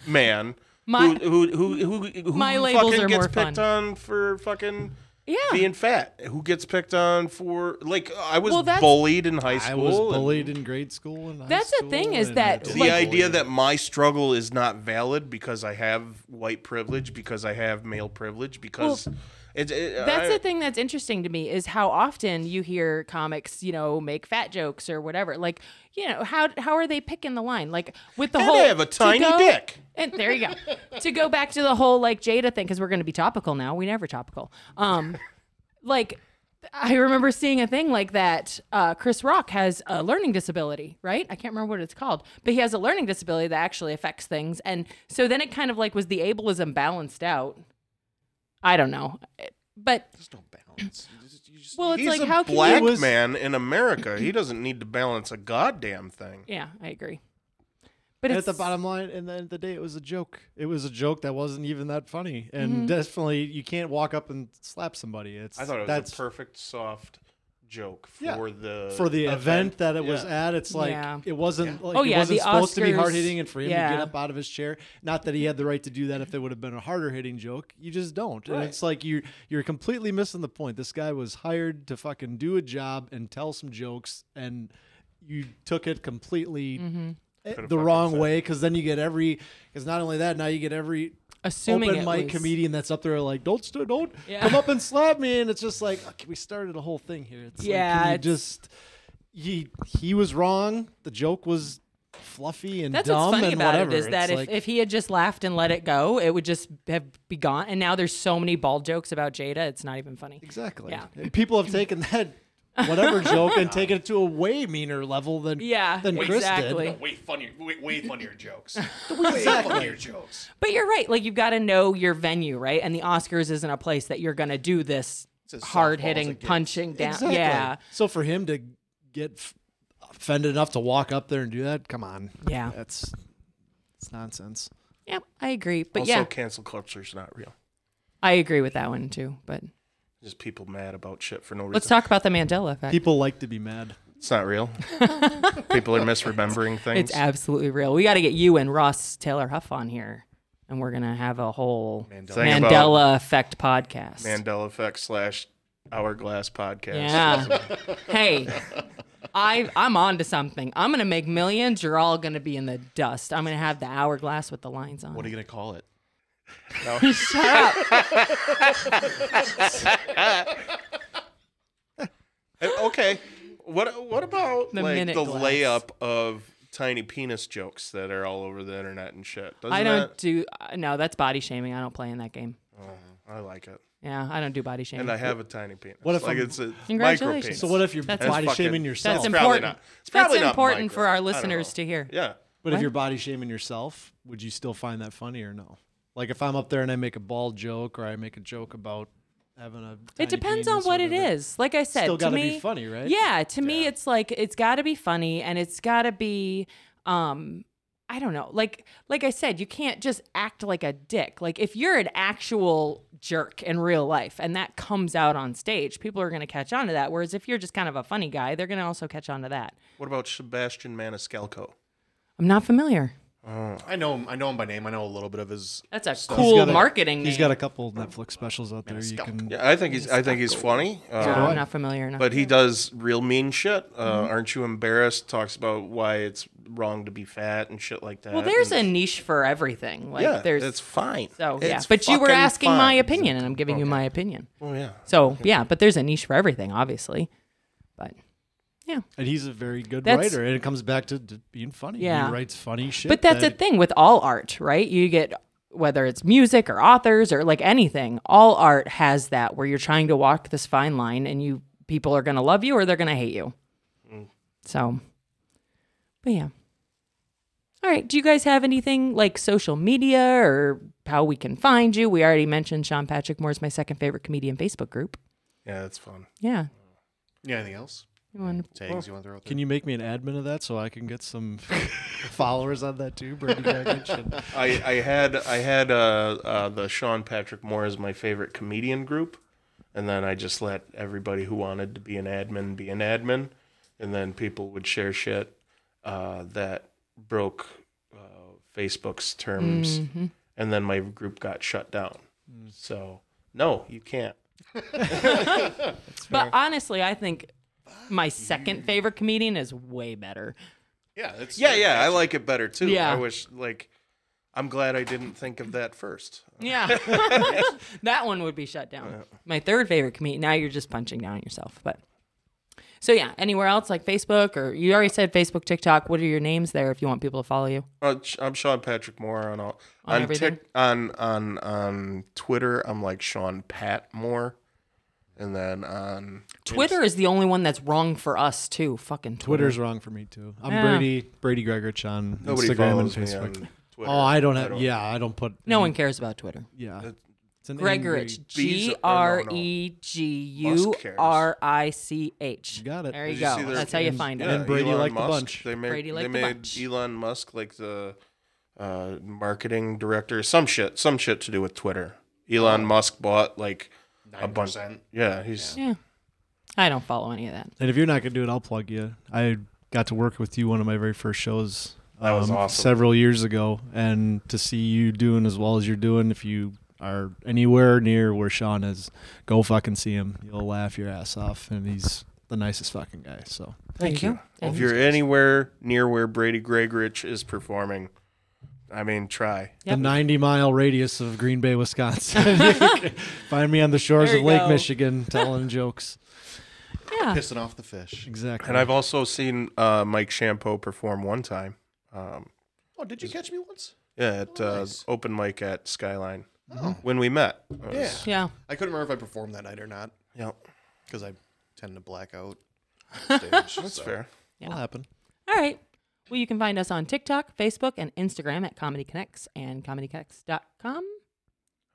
Speaker 2: man.
Speaker 3: My-
Speaker 2: who who who who, who
Speaker 3: My labels
Speaker 2: fucking
Speaker 3: are
Speaker 2: gets
Speaker 3: more
Speaker 2: picked
Speaker 3: fun.
Speaker 2: on for fucking
Speaker 3: yeah.
Speaker 2: being fat. Who gets picked on for like I was
Speaker 3: Well, that's-
Speaker 2: bullied in high
Speaker 4: I
Speaker 2: school.
Speaker 4: was
Speaker 2: and
Speaker 4: bullied in grade school. And high
Speaker 3: That's the
Speaker 4: school
Speaker 3: thing is
Speaker 4: and
Speaker 3: that,
Speaker 4: adult
Speaker 2: The
Speaker 3: Like-
Speaker 2: idea that my struggle is not valid because I have white privilege, because I have male privilege, because it's it,
Speaker 3: That's
Speaker 2: I-
Speaker 3: the thing that's interesting to me is how often you hear comics, you know, make fat jokes or whatever. Like, you know, how how are they picking the line? Like with the
Speaker 2: And
Speaker 3: whole
Speaker 2: I have a
Speaker 3: to
Speaker 2: tiny
Speaker 3: go-
Speaker 2: dick.
Speaker 3: And there you go. to go back to the whole like Jada thing because we're going to be topical now. We never topical. Um, like I remember seeing a thing like that. Uh, Chris Rock has a learning disability, right? I can't remember what it's called, but he has a learning disability that actually affects things. And so then it kind of like was the ableism balanced out. I don't know, Eh, but
Speaker 5: There's no balance. balance. You just- you just-
Speaker 3: Well, it's
Speaker 2: He's
Speaker 3: like
Speaker 2: a
Speaker 3: how can
Speaker 2: black
Speaker 3: you?
Speaker 4: was-
Speaker 2: man in America. He doesn't need to balance a goddamn thing.
Speaker 3: Yeah, I agree. But
Speaker 4: And
Speaker 3: it's
Speaker 4: at the bottom line, and then the day it was a joke. It was a joke that wasn't even that funny, and
Speaker 3: Mm-hmm.
Speaker 4: definitely you can't walk up and slap somebody. It's
Speaker 2: I thought it was
Speaker 4: that's
Speaker 2: a perfect soft joke for
Speaker 4: Yeah.
Speaker 2: the
Speaker 4: for the event, that it was at. It's like
Speaker 3: Yeah.
Speaker 4: it wasn't like
Speaker 3: Oh,
Speaker 4: it
Speaker 3: yeah,
Speaker 4: wasn't
Speaker 3: the
Speaker 4: supposed to be
Speaker 3: Oscars-
Speaker 4: hard hitting, and for him to
Speaker 3: yeah.
Speaker 4: get up out of his chair. Not that he had the right to do that if it would have been a harder hitting joke. You just don't, and it's like you you're completely missing the point. This guy was hired to fucking do a job and tell some jokes, and you took it completely.
Speaker 3: Mm-hmm.
Speaker 4: eh, The wrong way, because then you get every. Because not only that, now you get every
Speaker 3: assuming
Speaker 4: open
Speaker 3: it
Speaker 4: mic
Speaker 3: was-
Speaker 4: comedian that's up there like don't st- don't
Speaker 3: Yeah.
Speaker 4: come up and slap me and it's just like okay, we started a whole thing here it's
Speaker 3: Yeah,
Speaker 4: like, can you
Speaker 3: it's-
Speaker 4: just he he was wrong the joke was fluffy and
Speaker 3: That's
Speaker 4: dumb
Speaker 3: what's funny
Speaker 4: and
Speaker 3: about
Speaker 4: whatever
Speaker 3: it is that
Speaker 4: It's
Speaker 3: if,
Speaker 4: like,
Speaker 3: if he had just laughed and let it go, it would just have be gone. And now there's so many bald jokes about Jada, it's not even funny.
Speaker 4: exactly
Speaker 3: Yeah.
Speaker 4: And people have taken that whatever joke and taken it to a way meaner level than
Speaker 3: Yeah,
Speaker 4: than Chris
Speaker 3: exactly.
Speaker 4: did.
Speaker 1: Way funnier, way, way funnier jokes.
Speaker 4: Exactly.
Speaker 1: jokes.
Speaker 3: But you're right. Like you've got to know your venue, right? And the Oscars isn't a place that you're gonna do this
Speaker 5: It's as
Speaker 3: hard
Speaker 5: softball as
Speaker 3: hitting,
Speaker 5: it gets.
Speaker 3: punching down.
Speaker 4: Exactly.
Speaker 3: Yeah,
Speaker 4: So for him to get f- offended enough to walk up there and do that, come on.
Speaker 3: Yeah.
Speaker 4: That's it's nonsense.
Speaker 3: yeah, I agree. But
Speaker 2: also,
Speaker 3: yeah,
Speaker 2: cancel culture's not real.
Speaker 3: I agree with that one too. But
Speaker 2: Just people mad about shit for no reason.
Speaker 3: let's talk about the Mandela effect.
Speaker 4: People like to be mad.
Speaker 2: It's not real. people are misremembering things.
Speaker 3: it's absolutely real. We got to get you and Ross Taylor Huff on here, and we're gonna have a whole Mandela,
Speaker 2: Thing about
Speaker 3: effect podcast.
Speaker 2: Mandela effect slash hourglass podcast.
Speaker 3: Yeah. hey, I I'm on to something. I'm gonna make millions. You're all gonna be in the dust. I'm gonna have the hourglass with the lines on. it.
Speaker 5: What are you gonna call it?
Speaker 2: Uh, Okay. What what about
Speaker 3: The
Speaker 2: like
Speaker 3: minute
Speaker 2: the
Speaker 3: glass.
Speaker 2: layup of tiny penis jokes that are all over the internet and shit? Doesn't
Speaker 3: I don't
Speaker 2: that-
Speaker 3: do uh, no. That's body shaming. I don't play in that game.
Speaker 2: I like it.
Speaker 3: Yeah, I don't do body shaming.
Speaker 2: And I have a tiny penis.
Speaker 4: What if
Speaker 2: like
Speaker 4: I'm-
Speaker 2: it's a micro
Speaker 3: Congratulations.
Speaker 2: penis.
Speaker 4: So what if you're
Speaker 3: That's
Speaker 4: body
Speaker 2: fucking-
Speaker 4: shaming yourself?
Speaker 3: that's
Speaker 2: It's probably
Speaker 3: important.
Speaker 2: not- it's probably
Speaker 3: that's
Speaker 2: not
Speaker 3: important
Speaker 2: micro.
Speaker 3: for
Speaker 2: I
Speaker 3: our
Speaker 2: don't
Speaker 3: listeners
Speaker 2: know.
Speaker 3: to hear.
Speaker 2: Yeah.
Speaker 4: But
Speaker 3: What?
Speaker 4: if you're body shaming yourself, would you still find that funny or no? Like if I'm up there and I make a bald joke or I make a joke about having a
Speaker 3: It depends on what it is. Like I said,
Speaker 4: Still
Speaker 3: to
Speaker 4: gotta be
Speaker 3: me-
Speaker 4: funny, right?
Speaker 3: Yeah, to me, it's like it's got to be funny, and it's got to be, um, I don't know. Like, like I said, you can't just act like a dick. Like, if you're an actual jerk in real life, and that comes out on stage, people are gonna catch on to that. Whereas if you're just kind of a funny guy, they're gonna also catch on to that.
Speaker 2: What about Sebastian Maniscalco?
Speaker 3: I'm not familiar.
Speaker 5: Mm, I know him. I know him by name. I know a little bit of his.
Speaker 3: That's a
Speaker 5: stuff.
Speaker 3: cool marketing.
Speaker 4: He's
Speaker 3: He's
Speaker 4: got a couple Netflix specials out there. You can
Speaker 2: Yeah, I think he's I think he's funny. Uh,
Speaker 3: I'm not familiar enough.
Speaker 2: But he does real mean shit. Uh,
Speaker 3: Mm-hmm.
Speaker 2: Aren't you embarrassed? Talks about why it's wrong to be fat and shit like that.
Speaker 3: well, there's a
Speaker 2: and,
Speaker 3: niche for everything. Like,
Speaker 2: yeah,
Speaker 3: there's
Speaker 2: it's fine.
Speaker 3: So yeah,
Speaker 2: It's
Speaker 3: but you were
Speaker 2: fucking
Speaker 3: asking my
Speaker 2: fine.
Speaker 3: opinion, and I'm giving you my opinion.
Speaker 2: Oh yeah,
Speaker 3: So yeah, but there's a niche for everything, obviously. But
Speaker 4: and he's a very good
Speaker 3: That's-
Speaker 4: writer and it comes back to, to being funny.
Speaker 3: Yeah.
Speaker 4: He writes funny shit.
Speaker 3: but that's
Speaker 4: that,
Speaker 3: the thing with all art, right? You get whether it's music or authors or like anything, all art has that where you're trying to walk this fine line, and you people are gonna love you or they're gonna hate you.
Speaker 2: Mm.
Speaker 3: So, but yeah. All right. Do you guys have anything like social media or how we can find you? We already mentioned Sean Patrick Moore's my second favorite comedian Facebook group.
Speaker 2: yeah, that's fun.
Speaker 3: Yeah.
Speaker 5: Yeah. Anything else?
Speaker 3: You wanna-
Speaker 5: Tags you want to throw out there?
Speaker 4: Can you make me an admin of that so I can get some followers on that too, Brady Baggage? And,
Speaker 2: I, I had I had uh, uh, the Sean Patrick Moore as my favorite comedian group, and then I just let everybody who wanted to be an admin be an admin, and then people would share shit uh, that broke uh, Facebook's terms, and then my group got shut down. So no, you can't.
Speaker 3: But honestly, I think my second favorite comedian is way better.
Speaker 5: Yeah. That's,
Speaker 2: Yeah, yeah, I like it better too.
Speaker 3: Yeah.
Speaker 2: I wish like I'm glad I didn't think of that first.
Speaker 3: Yeah. that one would be shut down. My third favorite comedian. Now you're just punching down yourself. But so yeah, anywhere else like Facebook or you already said Facebook, TikTok. What are your names there if you want people to follow you?
Speaker 2: Uh, Sh- I'm Sean Patrick Moore on all on,
Speaker 3: everything?
Speaker 2: Tik, on on on Twitter. I'm like Sean Pat Moore, and then on
Speaker 3: Twitter is the only one that's wrong for us too. Fucking Twitter.
Speaker 4: Twitter's wrong for me too. I'm
Speaker 3: Yeah.
Speaker 4: Brady Brady Gregrich on
Speaker 2: nobody
Speaker 4: Instagram and
Speaker 2: follows me
Speaker 4: Facebook.
Speaker 2: on Twitter.
Speaker 4: Oh, I don't have. yeah, I don't put.
Speaker 3: No one cares about Twitter.
Speaker 4: Yeah. It's an angry-
Speaker 3: Gregorich.
Speaker 2: Bees
Speaker 3: G
Speaker 2: are- no,
Speaker 3: R
Speaker 2: no.
Speaker 3: E G U
Speaker 2: Muscaris.
Speaker 3: R I C H.
Speaker 4: Got it.
Speaker 3: There you
Speaker 2: Did you
Speaker 3: go.
Speaker 2: see their-
Speaker 3: That's how you find
Speaker 2: Yeah,
Speaker 3: it.
Speaker 4: And Brady
Speaker 2: Elon
Speaker 4: liked the
Speaker 2: Musk,
Speaker 4: bunch.
Speaker 2: They made,
Speaker 3: Brady liked
Speaker 2: they
Speaker 3: the
Speaker 2: made
Speaker 3: bunch.
Speaker 2: Elon Musk like the uh, marketing director, some shit, some shit to do with Twitter. Elon Musk bought like a bunch. Yeah, he's
Speaker 3: Oh. Yeah. I don't follow any of that.
Speaker 4: And if you're not gonna do it, I'll plug you. I got to work with you one of my very first shows. um,
Speaker 2: That was awesome.
Speaker 4: Several years ago, and to see you doing as well as you're doing, if you are anywhere near where Sean is, go fucking see him. You'll laugh your ass off, and he's the nicest fucking guy. So
Speaker 2: thank
Speaker 3: you
Speaker 2: you. If you're anywhere near where Brady Gregrich is performing, I mean, try.
Speaker 3: Yep.
Speaker 4: the 90 mile radius of Green Bay, Wisconsin. Find me on the shores
Speaker 3: There
Speaker 4: of
Speaker 3: you
Speaker 4: Lake
Speaker 3: go.
Speaker 4: Michigan, telling jokes.
Speaker 3: Yeah.
Speaker 5: Pissing off the fish.
Speaker 4: Exactly.
Speaker 2: And I've also seen uh, Mike Champo perform one time.
Speaker 5: Oh, did you catch me once?
Speaker 2: Yeah, at
Speaker 5: Oh,
Speaker 2: uh,
Speaker 5: nice.
Speaker 2: open mic at Skyline when we met. It was-
Speaker 5: Yeah.
Speaker 3: Yeah.
Speaker 5: I couldn't remember if I performed that night or not
Speaker 2: yeah,
Speaker 5: because I tend to black out. on Stage, That's
Speaker 2: it's fair.
Speaker 4: It'll happen.
Speaker 3: All right. Well, you can find us on TikTok, Facebook, and Instagram at Comedy Connects and comedyconnects.com.
Speaker 2: I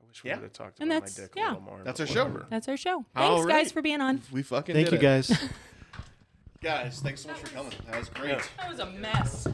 Speaker 2: wish we
Speaker 5: Yeah.
Speaker 2: would have talked
Speaker 3: And
Speaker 2: about my
Speaker 3: that's-
Speaker 2: dick a
Speaker 3: yeah.
Speaker 2: little more.
Speaker 5: That's
Speaker 2: but
Speaker 5: our show.
Speaker 2: whatever.
Speaker 3: That's our show.
Speaker 5: All
Speaker 3: Thanks, guys,
Speaker 5: right.
Speaker 3: for being on.
Speaker 5: We fucking
Speaker 4: Thank you
Speaker 5: did it.
Speaker 4: guys.
Speaker 5: Guys, thanks so much for coming. That was great.
Speaker 3: That was a mess.